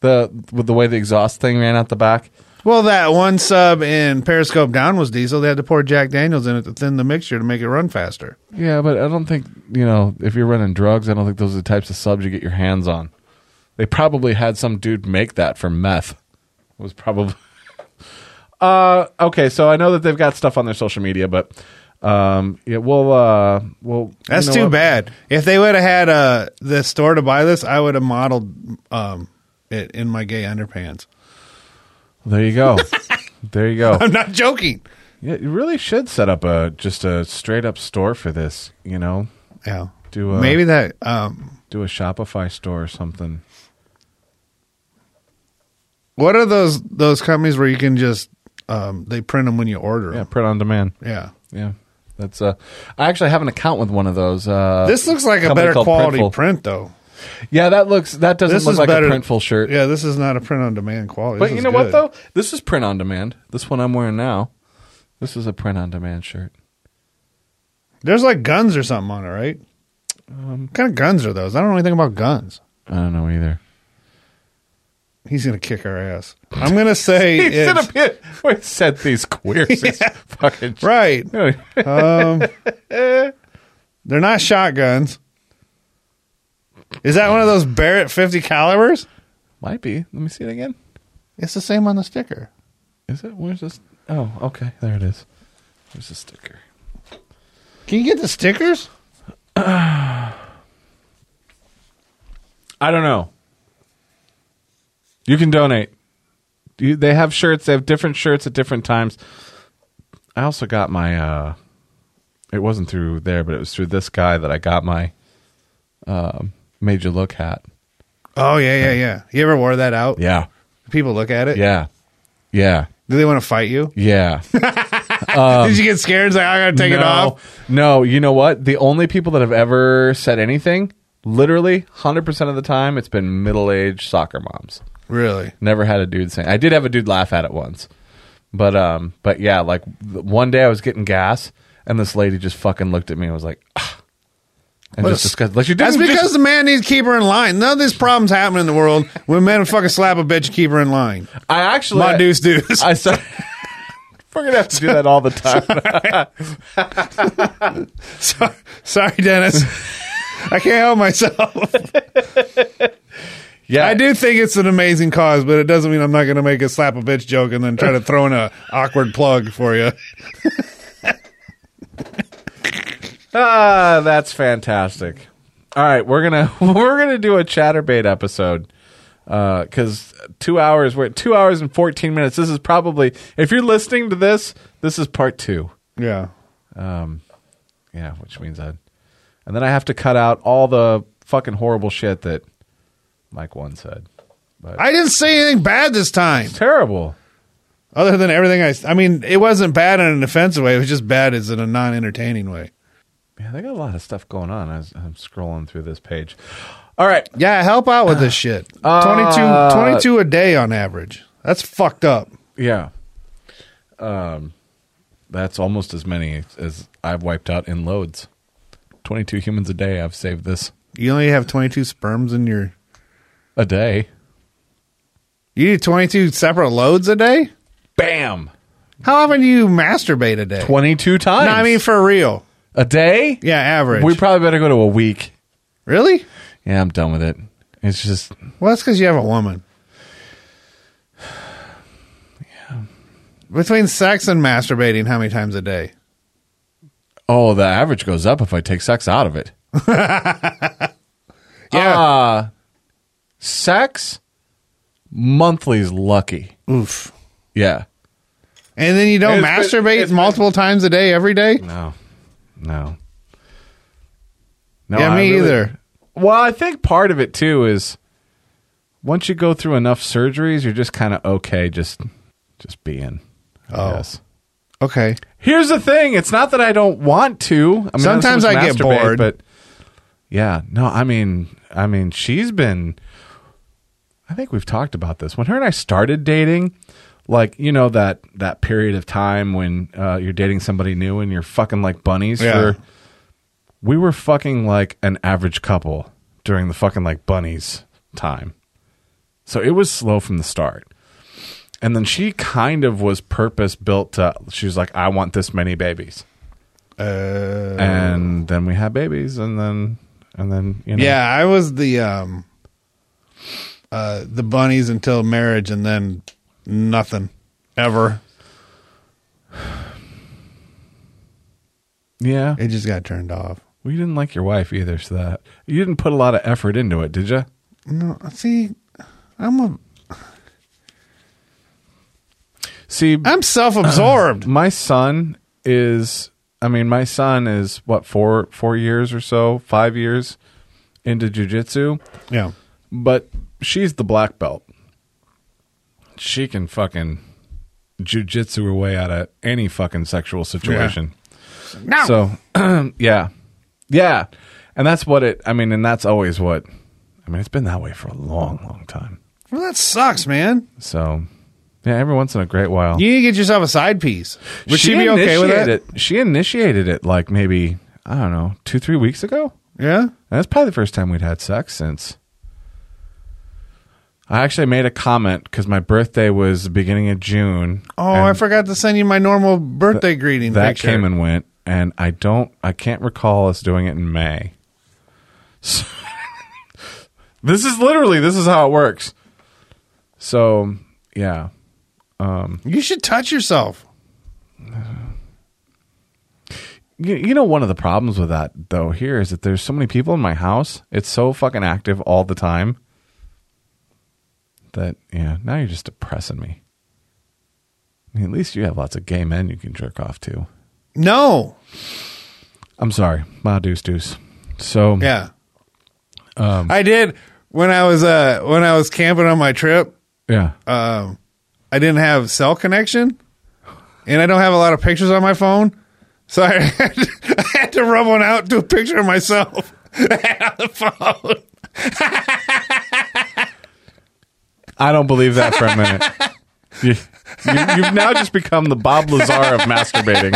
S5: The with the way the exhaust thing ran out the back.
S6: Well, that one sub in Periscope Down was diesel. They had to pour Jack Daniels in it to thin the mixture to make it run faster.
S5: Yeah, but I don't think you know if you're running drugs. I don't think those are the types of subs you get your hands on. They probably had some dude make that for meth. It was probably. *laughs* uh, okay, so I know that they've got stuff on their social media, but um, yeah, we'll uh, we'll.
S6: That's
S5: you know
S6: too
S5: what?
S6: bad. If they would have had uh, the store to buy this, I would have modeled um, it in my gay underpants. *laughs*
S5: There you go. there you go.
S6: I'm not joking.
S5: Yeah, you really should set up a just a straight up store for this. You know,
S6: Yeah.
S5: do uh, a,
S6: Maybe that. Um,
S5: do a Shopify store or something.
S6: what are those those companies where you can just um, they print them when you order
S5: Yeah,
S6: them?
S5: print on demand.
S6: Yeah.
S5: Yeah, that's uh, I actually have an account with one of those. Uh,
S6: This looks like a
S5: company
S6: better
S5: called
S6: quality
S5: Printful.
S6: print, though.
S5: Yeah, that looks that doesn't
S6: This
S5: look
S6: is
S5: like
S6: better-
S5: a printful shirt.
S6: Yeah, this is not a print on demand quality.
S5: but
S6: This
S5: you
S6: is
S5: know what
S6: good.
S5: though? This is print on demand. This one I'm wearing now. This is a print on demand shirt.
S6: There's like guns or something on it, right? what kind of guns are those? I don't know anything about guns.
S5: I don't know either.
S6: He's gonna kick our ass. I'm gonna say it's,
S5: pit. *laughs* Wait, said these
S6: *laughs*
S5: queers. is Fucking *laughs*
S6: right.
S5: right.
S6: Um, they're not shotguns. Is that one of those Barrett 50 calibers?
S5: Might be. Let me see it again.
S6: It's the same on the sticker.
S5: Is it? Where's this? Oh, okay. There it is. There's the sticker.
S6: Can you get the stickers?
S5: I don't know. You can donate. You, they have shirts. They have different shirts at different times. I also got my. uh It wasn't through there, but it was through this guy that I got my um made you look hat.
S6: Oh yeah, yeah, yeah. You ever wore that out?
S5: Yeah,
S6: People look at it.
S5: yeah, yeah,
S6: Do they want to fight you?
S5: yeah.
S6: *laughs* Did you get scared? It's like I gotta *laughs* take
S5: Um, no,
S6: it off.
S5: No, you know what? The only people that have ever said anything, literally, hundred percent of the time, it's been middle-aged soccer moms.
S6: Really?
S5: Never had a dude saying. I did have a dude laugh at it once, but um, but yeah, like th- one day I was getting gas, and this lady just fucking looked at me and was like, ah, and
S6: What
S5: just
S6: a-
S5: disgusted. Like you didn't.
S6: That's because
S5: just-
S6: the man needs to keep her in line. None of these problems happen in the world when men fucking slap a bitch, keep her in line.
S5: I actually
S6: My deuce deuce.
S5: I said. *laughs* We're gonna have to do that all the time.
S6: sorry, sorry, Dennis. I can't help myself.
S5: *laughs* Yeah,
S6: I do think it's an amazing cause, but it doesn't mean I'm not going to make a slap a bitch joke and then try to throw in a awkward plug for you.
S5: Ah, that's fantastic. All right, we're gonna *laughs* we're gonna do a chatterbait episode because two hours we're at two hours and fourteen minutes. This is probably if you're listening to this, this is part two.
S6: Yeah.
S5: Yeah, which means I and then I have to cut out all the fucking horrible shit that Mike one said.
S6: I didn't say anything bad this time,
S5: Terrible.
S6: other than everything I. I mean, it wasn't bad in an offensive way. It was just bad as in a non entertaining way.
S5: Yeah, they got a lot of stuff going on. I was, I'm scrolling through this page. All right,
S6: Yeah, help out with this shit. Uh, 22, 22 Ah. a day on average. That's fucked up.
S5: Yeah. Um, that's almost as many as I've wiped out in loads. 22 humans a day I've saved this.
S6: You only have 22 sperms in your.
S5: A day.
S6: You need 22 separate loads a day?
S5: Bam!
S6: How often do you masturbate a day?
S5: 22 times.
S6: No, I mean, for real.
S5: a day?
S6: Yeah, average.
S5: We probably better go to a week.
S6: really?
S5: Yeah, I'm done with it. It's just,
S6: Well, that's because you have a woman. Between sex and masturbating, how many times a day?
S5: Oh, the average goes up if I take sex out of *laughs* it.
S6: Yeah.
S5: Uh, sex monthly's lucky.
S6: Oof.
S5: Yeah.
S6: and then you don't
S5: It's been-
S6: masturbate multiple times a day every day?
S5: No. No.
S6: Yeah, me
S5: really-
S6: either.
S5: Well, I think part of it too is once you go through enough surgeries, you're just kind of okay just just being. Oh.
S6: Okay.
S5: Here's the thing, it's not that I don't want to. I mean, I'm
S6: Sometimes
S5: supposed to
S6: I get
S5: masturbate,
S6: bored.
S5: but yeah, no, I mean, I mean, she's been I think we've talked about this. When her and I started dating, like, you know that that period of time when uh, you're dating somebody new and you're fucking like bunnies
S6: Yeah.
S5: for we were fucking like an average couple during the fucking like bunnies time. So it was slow from the start. And then she kind of was purpose built to, she was like, I want this many babies. Uh, and then we had babies and then, and then, you know.
S6: Yeah, I was the um uh the bunnies until marriage and then nothing ever.
S5: Yeah.
S6: It just got turned off.
S5: Well, you didn't like your wife either, so that, you didn't put a lot of effort into it, did you?
S6: No, see, I'm a
S5: See,
S6: I'm
S5: *laughs*
S6: self-absorbed.
S5: my son is. I mean, my son is what four four years or so, five years into jujitsu.
S6: Yeah,
S5: but she's the black belt. She can fucking jujitsu her way out of any fucking sexual situation.
S6: No.
S5: So, *clears throat* yeah, yeah, and that's what it. I mean, and that's always what. I mean, it's been that way for a long, long time.
S6: Well, that sucks, man.
S5: So, yeah, every once in a great while,
S6: You need to get yourself a side piece. Would she, be okay with that?
S5: initiated She initiated it like maybe I don't know two three weeks ago.
S6: Yeah,
S5: that's probably the first time we'd had sex since. I actually made a comment because my birthday was the beginning of June.
S6: Oh,
S5: and
S6: I forgot to send you my normal birthday greeting.
S5: that
S6: picture.
S5: came and went, and I don't, I can't recall us doing it in May. *laughs* So- this is literally this is how it works. So yeah, um,
S6: you should touch yourself.
S5: You, you know, one of the problems with that though here is that there's so many people in my house. It's so fucking active all the time that yeah. Now you're just depressing me. I mean, at least you have lots of gay men you can jerk off to.
S6: No.
S5: I'm sorry, ma deuce deuce. So
S6: yeah,
S5: um,
S6: I did when I was uh when I was camping on my trip.
S5: yeah.
S6: Um, I didn't have cell connection, and I don't have a lot of pictures on my phone, so I *laughs* had to, I had to rub one out, do a picture of myself on the phone.
S5: I don't believe that for a minute. *laughs* you, you, you've now just become the Bob Lazar of masturbating.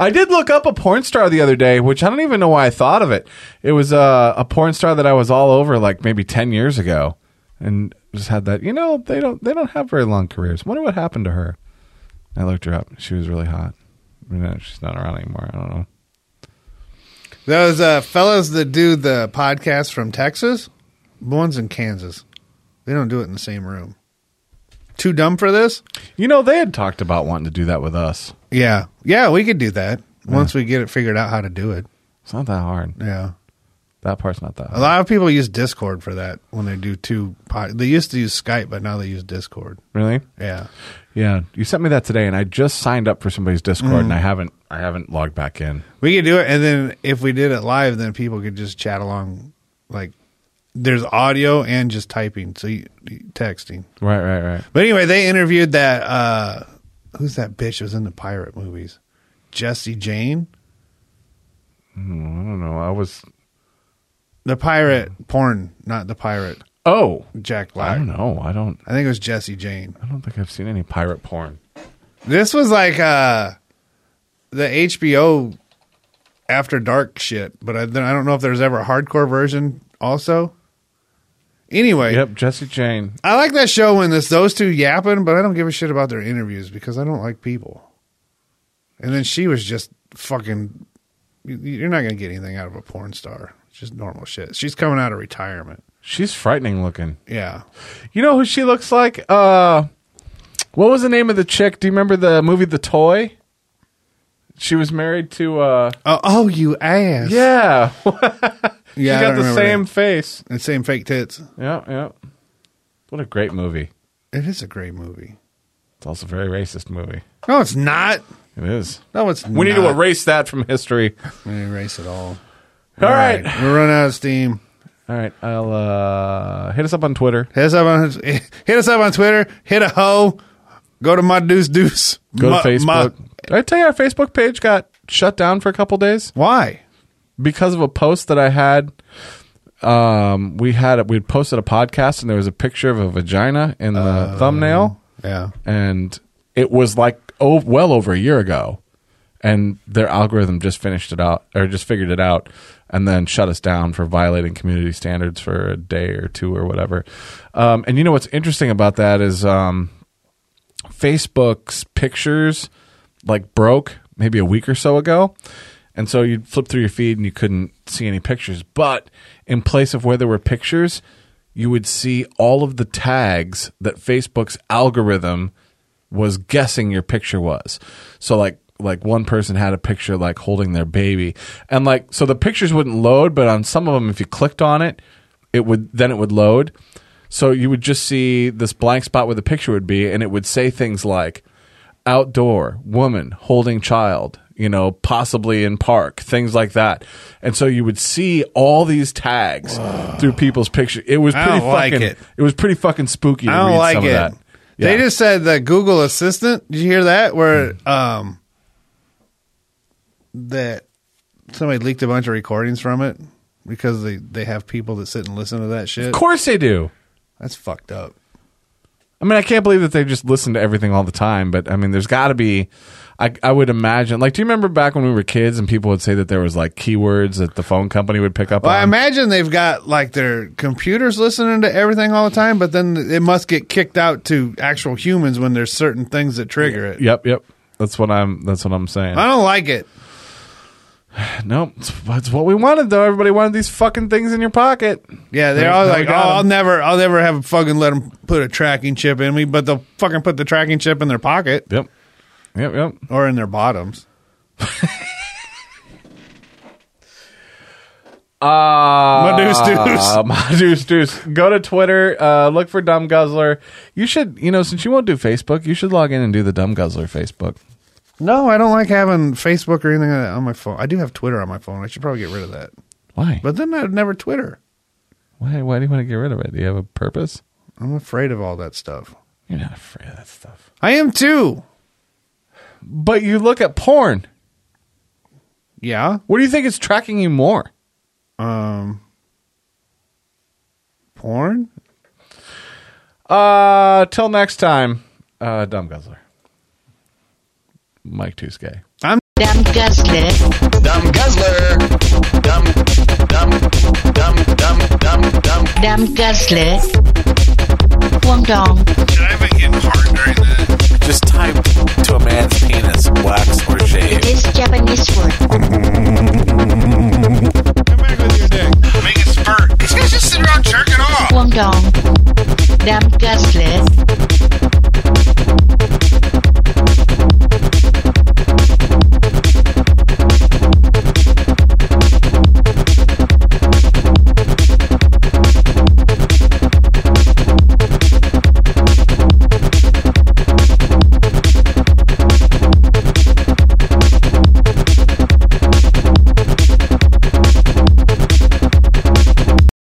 S5: I
S6: did.
S5: look up a porn star the other day, which I don't even know why I thought of it. It was uh, a porn star that I was all over like maybe ten years ago, and just had that. You know, they don't they don't have very long careers. Wonder what happened to her. I looked her up. She was really hot. I mean, no, she's not around anymore. I don't know.
S6: Those uh, fellas that do the podcast from Texas, the ones in Kansas, they don't do it in the same room. Too dumb for this?
S5: You know, they had talked about wanting to do that with us.
S6: Yeah, yeah, we could do that once we get it figured out how to do it.
S5: It's not that hard.
S6: Yeah,
S5: That part's not that. hard.
S6: a lot of people use Discord for that when they do two. Pod- they used to use Skype, but now they use Discord.
S5: Really?
S6: Yeah.
S5: Yeah. You sent me that today, and I just signed up for somebody's Discord,
S6: Mm.
S5: and I haven't. I haven't logged back in.
S6: We could do it, and then if we did it live, then people could just chat along. Like, there's audio and just typing, so you, you- texting.
S5: Right. Right. Right.
S6: But anyway, they interviewed that. uh Who's that bitch that was in the pirate movies? Jesse Jane,
S5: Hmm, I don't know. I was.
S6: the pirate porn, not the pirate.
S5: Oh,
S6: Jack
S5: I
S6: Black.
S5: don't know. I don't.
S6: I think it was Jesse Jane.
S5: I don't think I've seen any pirate porn.
S6: This was like uh the HBO After Dark shit, but I, then I don't know if there's ever a hardcore version also. Anyway,
S5: Yep. Jesse Jane.
S6: I like that show when it's those two yapping, but I don't give a shit about their interviews because I don't like people. And then she was just fucking. you- You're not going to get anything out of a porn star. It's just normal shit. She's coming out of retirement.
S5: She's frightening looking.
S6: Yeah.
S5: You know who she looks like? Uh, What was the name of the chick? Do you remember the movie The Toy? She was married to. uh
S6: Oh, oh you ass.
S5: Yeah. *laughs* she
S6: Yeah, I
S5: got
S6: don't
S5: the
S6: remember
S5: same
S6: that.
S5: face.
S6: And same fake tits.
S5: Yeah, yeah. What a great movie.
S6: It is a great movie.
S5: It's also a very racist movie.
S6: No, it's not.
S5: It is.
S6: No, it's
S5: We need to
S6: not.
S5: erase that from history.
S6: We need to erase it all.
S5: All right.
S6: We're running out of steam.
S5: All right. I'll uh, hit us up on Twitter.
S6: Hit us up on *laughs* hit us up on Twitter. Hit a hoe. Go to my deuce deuce.
S5: Go
S6: My-
S5: to Facebook.
S6: my-
S5: Did I tell you our Facebook page got shut down for a couple days?
S6: Why?
S5: Because of a post that I had. Um, we had we posted a podcast and there was a picture of a vagina in the thumbnail.
S6: yeah.
S5: and it was like oh, well over a year ago, and their algorithm just finished it out or just figured it out, and then shut us down for violating community standards for a day or two or whatever. Um, and you know what's interesting about that is um, Facebook's pictures like broke maybe a week or so ago. And so you'd flip through your feed and you couldn't see any pictures. But in place of where there were pictures, you would see all of the tags that Facebook's algorithm was guessing your picture was. So like like one person had a picture like holding their baby. And like so the pictures wouldn't load, but on some of them if you clicked on it, it would then it would load. So you would just see this blank spot where the picture would be, and it would say things like outdoor, woman holding child, you know, possibly in park, things like that. And so you would see all these tags through people's pictures. It was
S6: I
S5: pretty
S6: don't like
S5: fucking,
S6: it.
S5: was pretty fucking spooky. To
S6: I don't
S5: read
S6: like
S5: some
S6: it.
S5: Of that.
S6: They
S5: Yeah. Hmm.
S6: just said that Google Assistant. Did you hear that? Where um, that somebody leaked a bunch of recordings from it because they they have people that sit and listen to that shit.
S5: Of course they do.
S6: that's fucked up.
S5: I mean, I can't believe that they just listen to everything all the time, but I mean, there's got to be. I, I would imagine. Like, do you remember back when we were kids and people would say that there was like keywords that the phone company would pick up
S6: Well, I
S5: on?
S6: imagine they've got like their computers listening to everything all the time, but then it must get kicked out to actual humans when there's certain things that trigger it.
S5: yep, yep. That's what I'm. That's what I'm saying.
S6: I don't like it.
S5: No, it's, it's what we wanted though. Everybody wanted these fucking things in your pocket.
S6: Yeah, they're
S5: Now
S6: all
S5: we
S6: like, "Oh,
S5: got 'em.
S6: I'll never, I'll never have fucking let them put a tracking chip in me," but they'll fucking put the tracking chip in their pocket.
S5: Yep, yep, *laughs* yep,
S6: or in their bottoms.
S5: Uh,
S6: deuce deuce.
S5: my deuce deuce. Go to Twitter. Uh, look for Dumb Guzzler. You should, you know, since you won't do Facebook, you should log in and do the Dumb Guzzler Facebook.
S6: No, I don't like having Facebook or anything like that on my phone. I do have Twitter on my phone. I should probably get rid of that.
S5: Why?
S6: But then I'd never Twitter.
S5: Why? Why do you want to get rid of it? Do you have a purpose?
S6: I'm afraid of all that stuff.
S5: You're not afraid of that stuff.
S6: I am too.
S5: But you look at porn.
S6: Yeah.
S5: What do you think is tracking you more?
S6: Um. Porn.
S5: Uh, till next time, uh, Dumb Guzzler. Mike Tuesday.
S6: I'm
S16: Dumb Guzzler.
S1: Dumb Guzzler. Dumb, dumb, dumb, dumb, dumb, dumb.
S16: Dumb Guzzler. Wong Dong.
S4: Just type to a man's penis, wax or shave.
S16: It is Japanese word.
S3: Make it spurt. These guys just sit around jerking off.
S16: Wong Dong. Dumb Guzzler.